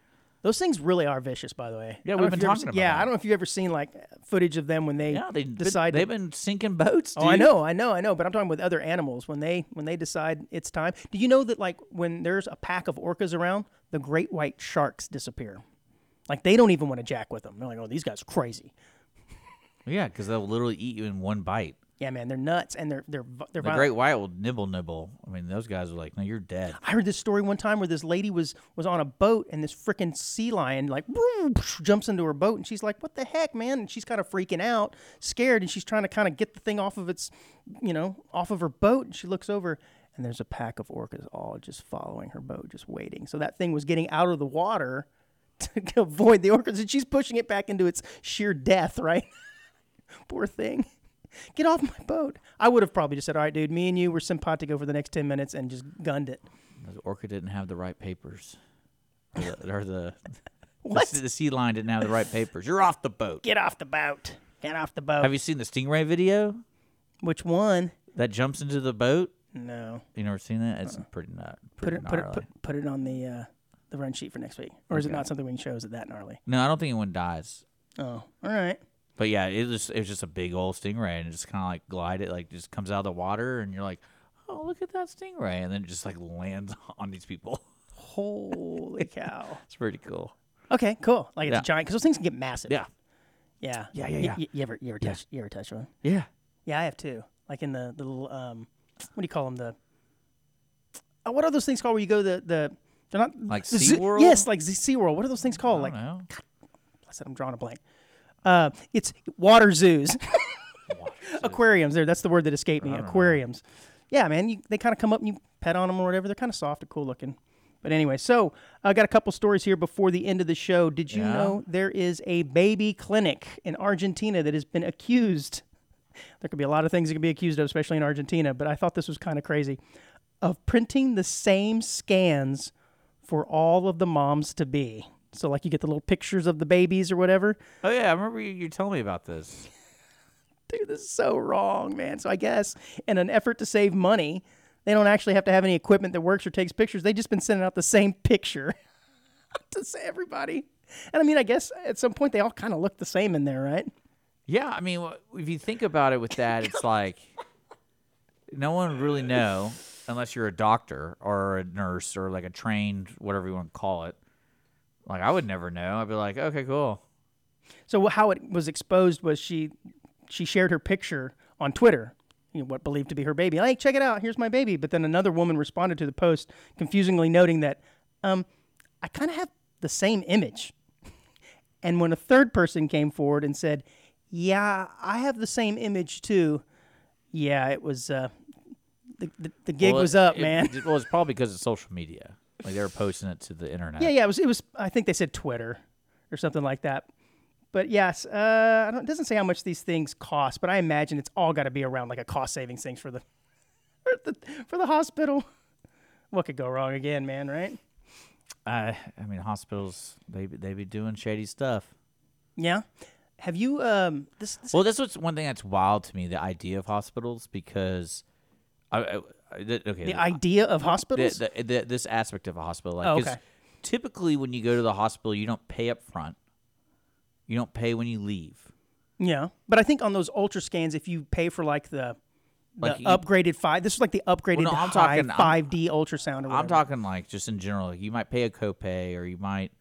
A: Those things really are vicious, by the way.
B: Yeah,
A: I don't
B: we've
A: know if
B: been
A: you've ever
B: talking
A: se-
B: about
A: Yeah, I
B: that.
A: don't know if you've ever seen like footage of them when they,
B: yeah, they
A: decide.
B: they've been sinking boats. Dude.
A: oh, I know, I know, I know. But I'm talking with other animals when they when they decide it's time. Do you know that like when there's a pack of orcas around, the great white sharks disappear. Like they don't even want to jack with them. They're like, oh, these guys are crazy.
B: Yeah, because they'll literally eat you in one bite.
A: Yeah, man, they're nuts and they're they're vi- they're
B: The
A: violent.
B: great white will nibble, nibble. I mean, those guys are like, no, you're dead.
A: I heard this story one time where this lady was was on a boat and this freaking sea lion like boom, jumps into her boat and she's like, "What the heck, man?" And she's kind of freaking out, scared, and she's trying to kind of get the thing off of its, you know, off of her boat. And she looks over and there's a pack of orcas all just following her boat, just waiting. So that thing was getting out of the water to avoid the orcas, and she's pushing it back into its sheer death. Right, poor thing. Get off my boat. I would have probably just said, All right, dude, me and you were simpatico for the next 10 minutes and just gunned it.
B: The orca didn't have the right papers. Or the, or the
A: What?
B: The, sea- the sea lion didn't have the right papers. You're off the boat.
A: get off the boat. Get off the boat.
B: Have you seen the stingray video
A: Which one?
B: that jumps into the boat?
A: No.
B: You never seen that? It's pretty nut.
A: Uh-uh. Put
B: Pretty
A: it put it
B: gnarly.
A: put, put it on the uh, the run sheet for next week. Or is it not something we can show? Is it that gnarly?
B: no, I don't think anyone dies.
A: Oh, all right.
B: But yeah, it was it was just a big old stingray, and it just kind of like glided, like just comes out of the water, and you're like, oh look at that stingray, and then it just like lands on these people.
A: Holy cow.
B: It's pretty cool.
A: Okay, cool. Like it's
B: Yeah.
A: a giant because those things can get massive.
B: Yeah,
A: Yeah.
B: Yeah, yeah,
A: Y-
B: yeah.
A: y- you ever you ever touch you ever touch one?
B: yeah.
A: Yeah, I have two. Like in the, the little um, what do you call them? The oh, what are those things called? Where you go the the they're not
B: Like
A: the zoo-
B: SeaWorld?
A: Yes, like SeaWorld. What are those things called?
B: I
A: Like
B: don't know.
A: I said, I'm drawing a blank. Uh, it's water zoos.
B: Water
A: aquariums. There, that's the word that escaped me. Aquariums. yeah, man, you, they kind of come up and you pet on them or whatever. They're kind of soft and cool looking. But anyway, so I got a couple stories here before the end of the show. Did you
B: Yeah.
A: know there is a baby clinic in Argentina that has been accused? There could be a lot of things it could be accused of, especially in Argentina, but I thought this was kind of crazy of printing the same scans for all of the moms to be. So, like, you get the little pictures of the babies or whatever.
B: Oh yeah, I remember you, you telling me about this.
A: dude, this is so wrong, man. So I guess in an effort to save money, they don't actually have to have any equipment that works or takes pictures. They've just been sending out the same picture to say everybody. And I mean, I guess at some point they all kind of look the same in there, right?
B: Yeah, I mean, wh- if you think about it, with that, it's like no one would really know unless you're a doctor or a nurse or like a trained whatever you want to call it. Like I would never know. I'd be like, okay, cool.
A: So wh- how it was exposed was she she shared her picture on Twitter, you know, what believed to be her baby. Hey, check it out, here's my baby. But then another woman responded to the post, confusingly noting that, um, I kind of have the same image. And when a third person came forward and said, "Yeah, I have the same image too," yeah, it was uh, the, the the gig
B: Well,
A: was
B: it-
A: up,
B: it-
A: man.
B: it- well, it's probably because of social media. Like they were posting it to the internet.
A: Yeah, yeah, it was. It was. I think they said Twitter or something like that. But yes, uh, I don't, it doesn't say how much these things cost, but I imagine it's all got to be around like a cost savings things for the, for the for the hospital. What could go wrong again, man? Right?
B: I, I mean, hospitals they be- they be doing shady stuff.
A: Yeah. Have you um this, this
B: Well, that's what's one thing that's wild to me. The idea of hospitals because, I, I, I- th- okay,
A: the idea of
B: the,
A: hospitals?
B: the, the, this aspect of a hospital. Like,
A: Oh,
B: 'cause
A: okay.
B: Typically, when you go to the hospital, you don't pay up front. You don't pay when you leave.
A: yeah, but I think on those ultra scans, if you pay for like the the
B: Like you-
A: upgraded five, this is like the upgraded
B: no, I'm
A: high
B: talking- I'm-
A: five D ultrasound.
B: I'm
A: Or whatever.
B: talking like just in general. Like you might pay a copay, or you might,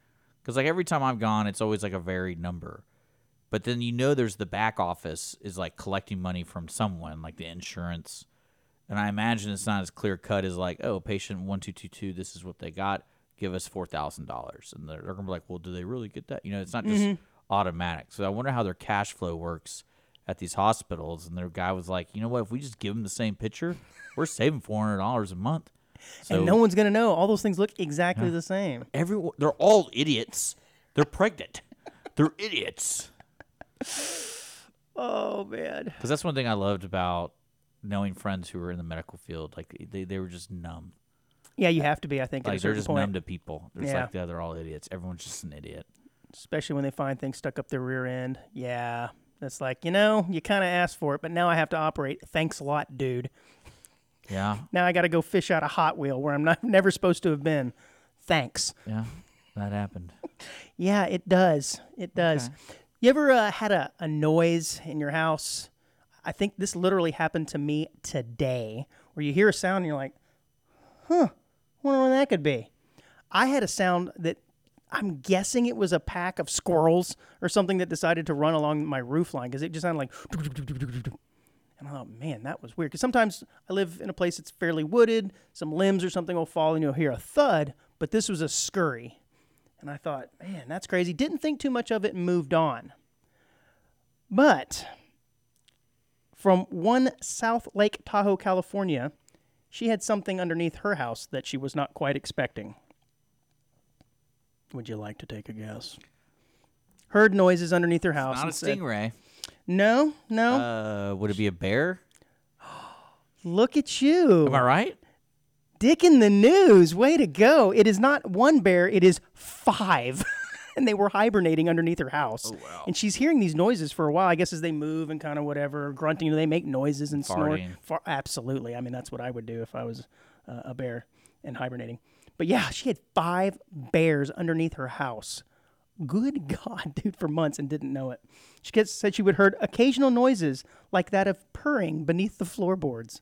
B: because like every time I've gone, it's always like a varied number. But then you know, there's the back office is like collecting money from someone, like the insurance. And I imagine it's not as clear cut as like, oh, patient one two two two, this is what they got. Give us four thousand dollars, and they're, they're gonna be like, well, do they really get that? You know, it's not just
A: Mm-hmm.
B: automatic. So I wonder how their cash flow works at these hospitals. And their guy was like, you know what? If we just give them the same picture, we're saving four hundred dollars a month. So
A: and no one's gonna know. All those things look exactly the same.
B: everyone they're all idiots. They're pregnant. they're idiots.
A: Oh man.
B: Because that's one thing I loved about knowing friends who were in the medical field. Like they, they were just numb.
A: Yeah, you have to be. I think at a
B: Like they're
A: certain
B: just
A: point.
B: numb to people. They're just
A: Yeah.
B: like yeah, they're all idiots. Everyone's just an idiot.
A: especially when they find things stuck up their rear end. Yeah, that's like you know, you kind of asked for it, but now I have to operate. Thanks a lot, dude.
B: Yeah.
A: Now I got to go fish out a Hot Wheel where I'm not never supposed to have been. Thanks.
B: Yeah. That happened.
A: Yeah, it does. It does. You ever uh, had a, a noise in your house? I think this literally happened to me today, where you hear a sound and you're like, huh, wonder what that could be. I had a sound that I'm guessing it was a pack of squirrels or something that decided to run along my roof line because it just sounded like. And I thought, man, that was weird. Because sometimes I live in a place that's fairly wooded, some limbs or something will fall and you'll hear a thud, but this was a scurry. And I thought, man, that's crazy. Didn't think too much of it and moved on. But from one South Lake Tahoe, California, she had something underneath her house that she was not quite expecting. Would you like to take a guess? Heard noises underneath her house.
B: Not a
A: and said-
B: stingray.
A: No, no.
B: Uh, would it be a bear?
A: Look at you.
B: Am I right?
A: Dick in the news. Way to go. It is not one bear, it is five. and they were hibernating underneath her house. Oh, wow. And she's hearing these noises for a while, I guess, as they move and kind of whatever, grunting. They make noises and snort.
B: Farting.
A: Far- absolutely. I mean, that's what I would do if I was uh, a bear and hibernating. But yeah, she had five bears underneath her house. Good God, dude, for months and didn't know it. She gets, said she would heard occasional noises like that of purring beneath the floorboards.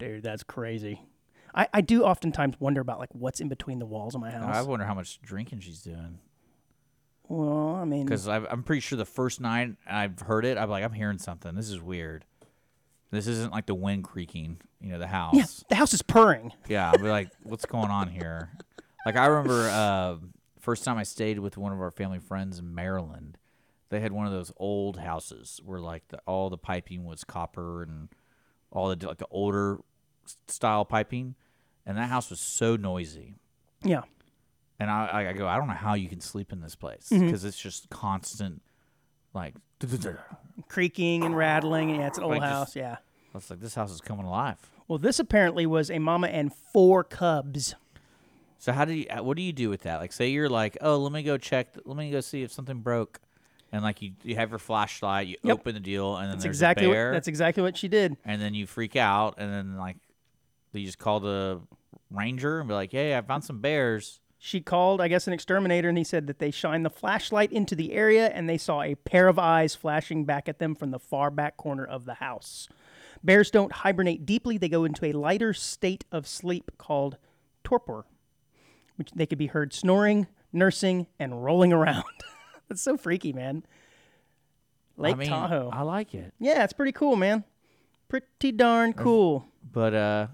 A: Dude, that's crazy. I, I do oftentimes wonder about like what's in between the walls of my
B: I
A: house.
B: wonder how much drinking she's doing.
A: well, I mean,
B: Because I'm pretty sure the first night I've heard it, I'm like, I'm hearing something. This is weird. This isn't like the wind creaking, you know, the house.
A: yeah, the house is purring.
B: Yeah, I'd be like, what's going on here? Like I remember uh, first time I stayed with one of our family friends in Maryland. They had one of those old houses where like the, all the piping was copper and all the like the older s- style piping, and that house was so noisy.
A: Yeah.
B: And I- I, I go, I don't know how you can sleep in this place because it's just constant, like it's
A: Creaking and rattling. Yeah, it's an old
B: Like just-
A: house. Yeah.
B: like this house is coming alive.
A: Well, this apparently was a mama and four cubs.
B: So how do you? uh, What do you do with that? Like, say you're like, oh, let me go check. th- Let me go see if something broke, and like you, you have your flashlight. You
A: Yep.
B: open the deal, and then
A: That's
B: there's
A: exactly
B: a bear,
A: what, that's exactly what she did.
B: and then you freak out, and then like you just call the ranger and be like, hey, I found some bears.
A: She called, I guess, an exterminator, and he said that they shined the flashlight into the area and they saw a pair of eyes flashing back at them from the far back corner of the house. Bears don't hibernate deeply, they go into a lighter state of sleep called torpor, which they could be heard snoring, nursing, and rolling around. That's so freaky, man. Lake
B: I mean,
A: Tahoe.
B: I like it,
A: yeah, it's pretty cool, man. Pretty darn cool.
B: but uh,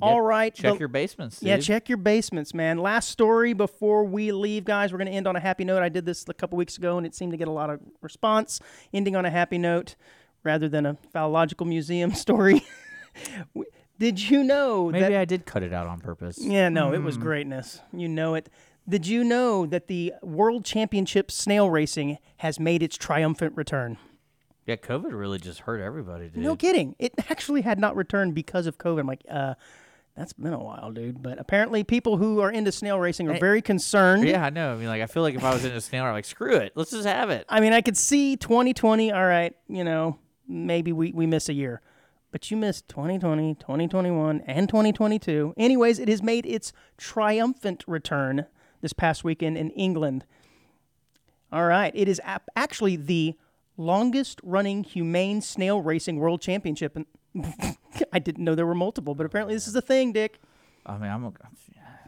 A: All right.
B: check
A: the-
B: your basements.
A: yeah,
B: dude.
A: check your basements, man. Last story before we leave, guys. We're going to end on a happy note. I did this a couple weeks ago, and it seemed to get a lot of response. Ending on a happy note rather than a phallological museum story. W- did you know that?
B: Maybe Hmm. I did cut it out on purpose.
A: Yeah, no, it was greatness. You know it. Did you know that the World Championship snail racing has made its triumphant return?
B: Yeah, COVID really just hurt everybody, dude.
A: No kidding. It actually had not returned because of COVID. I'm like, uh, that's been a while, dude. But apparently, people who are into snail racing are very concerned.
B: Eh, Yeah, I know. I mean, like, I feel like if I was in a snail, I'm like, screw it, let's just have it.
A: I mean, I could see 2020. All right, you know, maybe we, we miss a year, but you missed 2020, 2021, and 2022. Anyways, it has made its triumphant return this past weekend in England. All right, it is ap- actually the longest running humane snail racing world championship. And I didn't know there were multiple, but apparently this is a thing, Dick.
B: I mean, I'm a,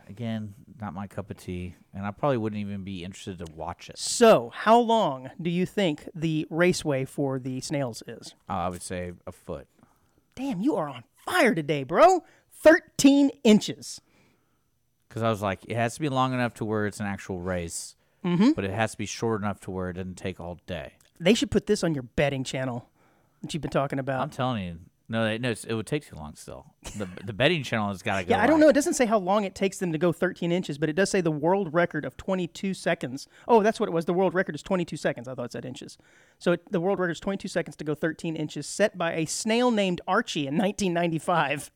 B: again not my cup of tea, and I probably wouldn't even be interested to watch it.
A: So, how long do you think the raceway for the snails is?
B: Uh, I would say a foot.
A: Damn, you are on fire today, bro. 13 inches.
B: Because I was like, it has to be long enough to where it's an actual race,
A: Mm-hmm.
B: but it has to be short enough to where it doesn't take all day.
A: They should put this on your betting channel that you've been talking
B: I'm
A: about.
B: telling you, no, they, no, it's, it would take too long. Still, the the betting channel has got to go.
A: yeah, I don't
B: like-
A: know. It doesn't say how long it takes them to go 13 inches, but it does say the world record of 22 seconds. Oh, that's what it was. The world record is 22 seconds. I thought it said inches. So it, the world record is 22 seconds to go 13 inches, set by a snail named Archie in 1995.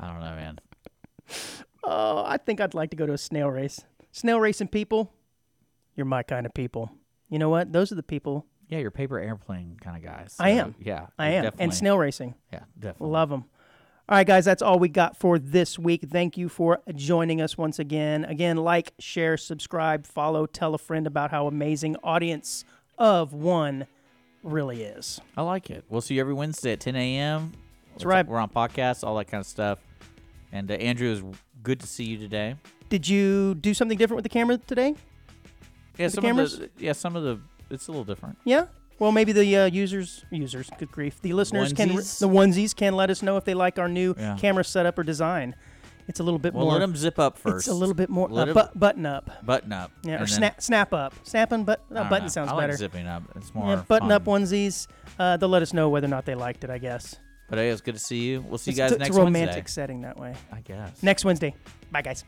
B: I don't know, man.
A: Oh, I think I'd like to go to a snail race. Snail racing people, you're my kind of people. You know what? Those are the people
B: Yeah, you're paper airplane kind of guys.
A: I am.
B: Yeah,
A: I
B: you're
A: am.
B: Definitely,
A: And snail racing.
B: Yeah, definitely.
A: Love them. All right, guys, that's all we got for this week. Thank you for joining us once again. Again, like, share, subscribe, follow, tell a friend about how amazing Audience of One really is.
B: I like it. We'll see you every Wednesday at 10 a.m. That's
A: right.
B: We're on podcasts, all that kind of stuff. And uh, Andrew, it was good to see you today.
A: Did you do something different with the camera today?
B: Yeah,
A: the
B: some
A: cameras?
B: of the yeah, some of the it's a little different.
A: Yeah? Well, maybe the uh, users, users, good grief, the listeners can,
B: Onesies?
A: the onesies can let us know if they like our new
B: Yeah.
A: camera setup or design. It's a little bit
B: Well,
A: more,
B: let them zip up first.
A: it's a little bit more, uh,
B: let 'em-
A: bu- button up.
B: button up.
A: Yeah,
B: and
A: or
B: then-
A: snap, snap up. Snap and but,
B: I
A: no,
B: don't
A: button
B: know.
A: sounds
B: I
A: better.
B: Like zipping up. It's more
A: Yeah, button up
B: fun.
A: onesies. Uh, they'll let us know whether or not they liked it. I guess.
B: But hey, it's good to see you. We'll see you
A: It's-
B: guys
A: it's, a-
B: next
A: it's a romantic
B: Wednesday.
A: setting that way.
B: I guess.
A: Next Wednesday. Bye, guys.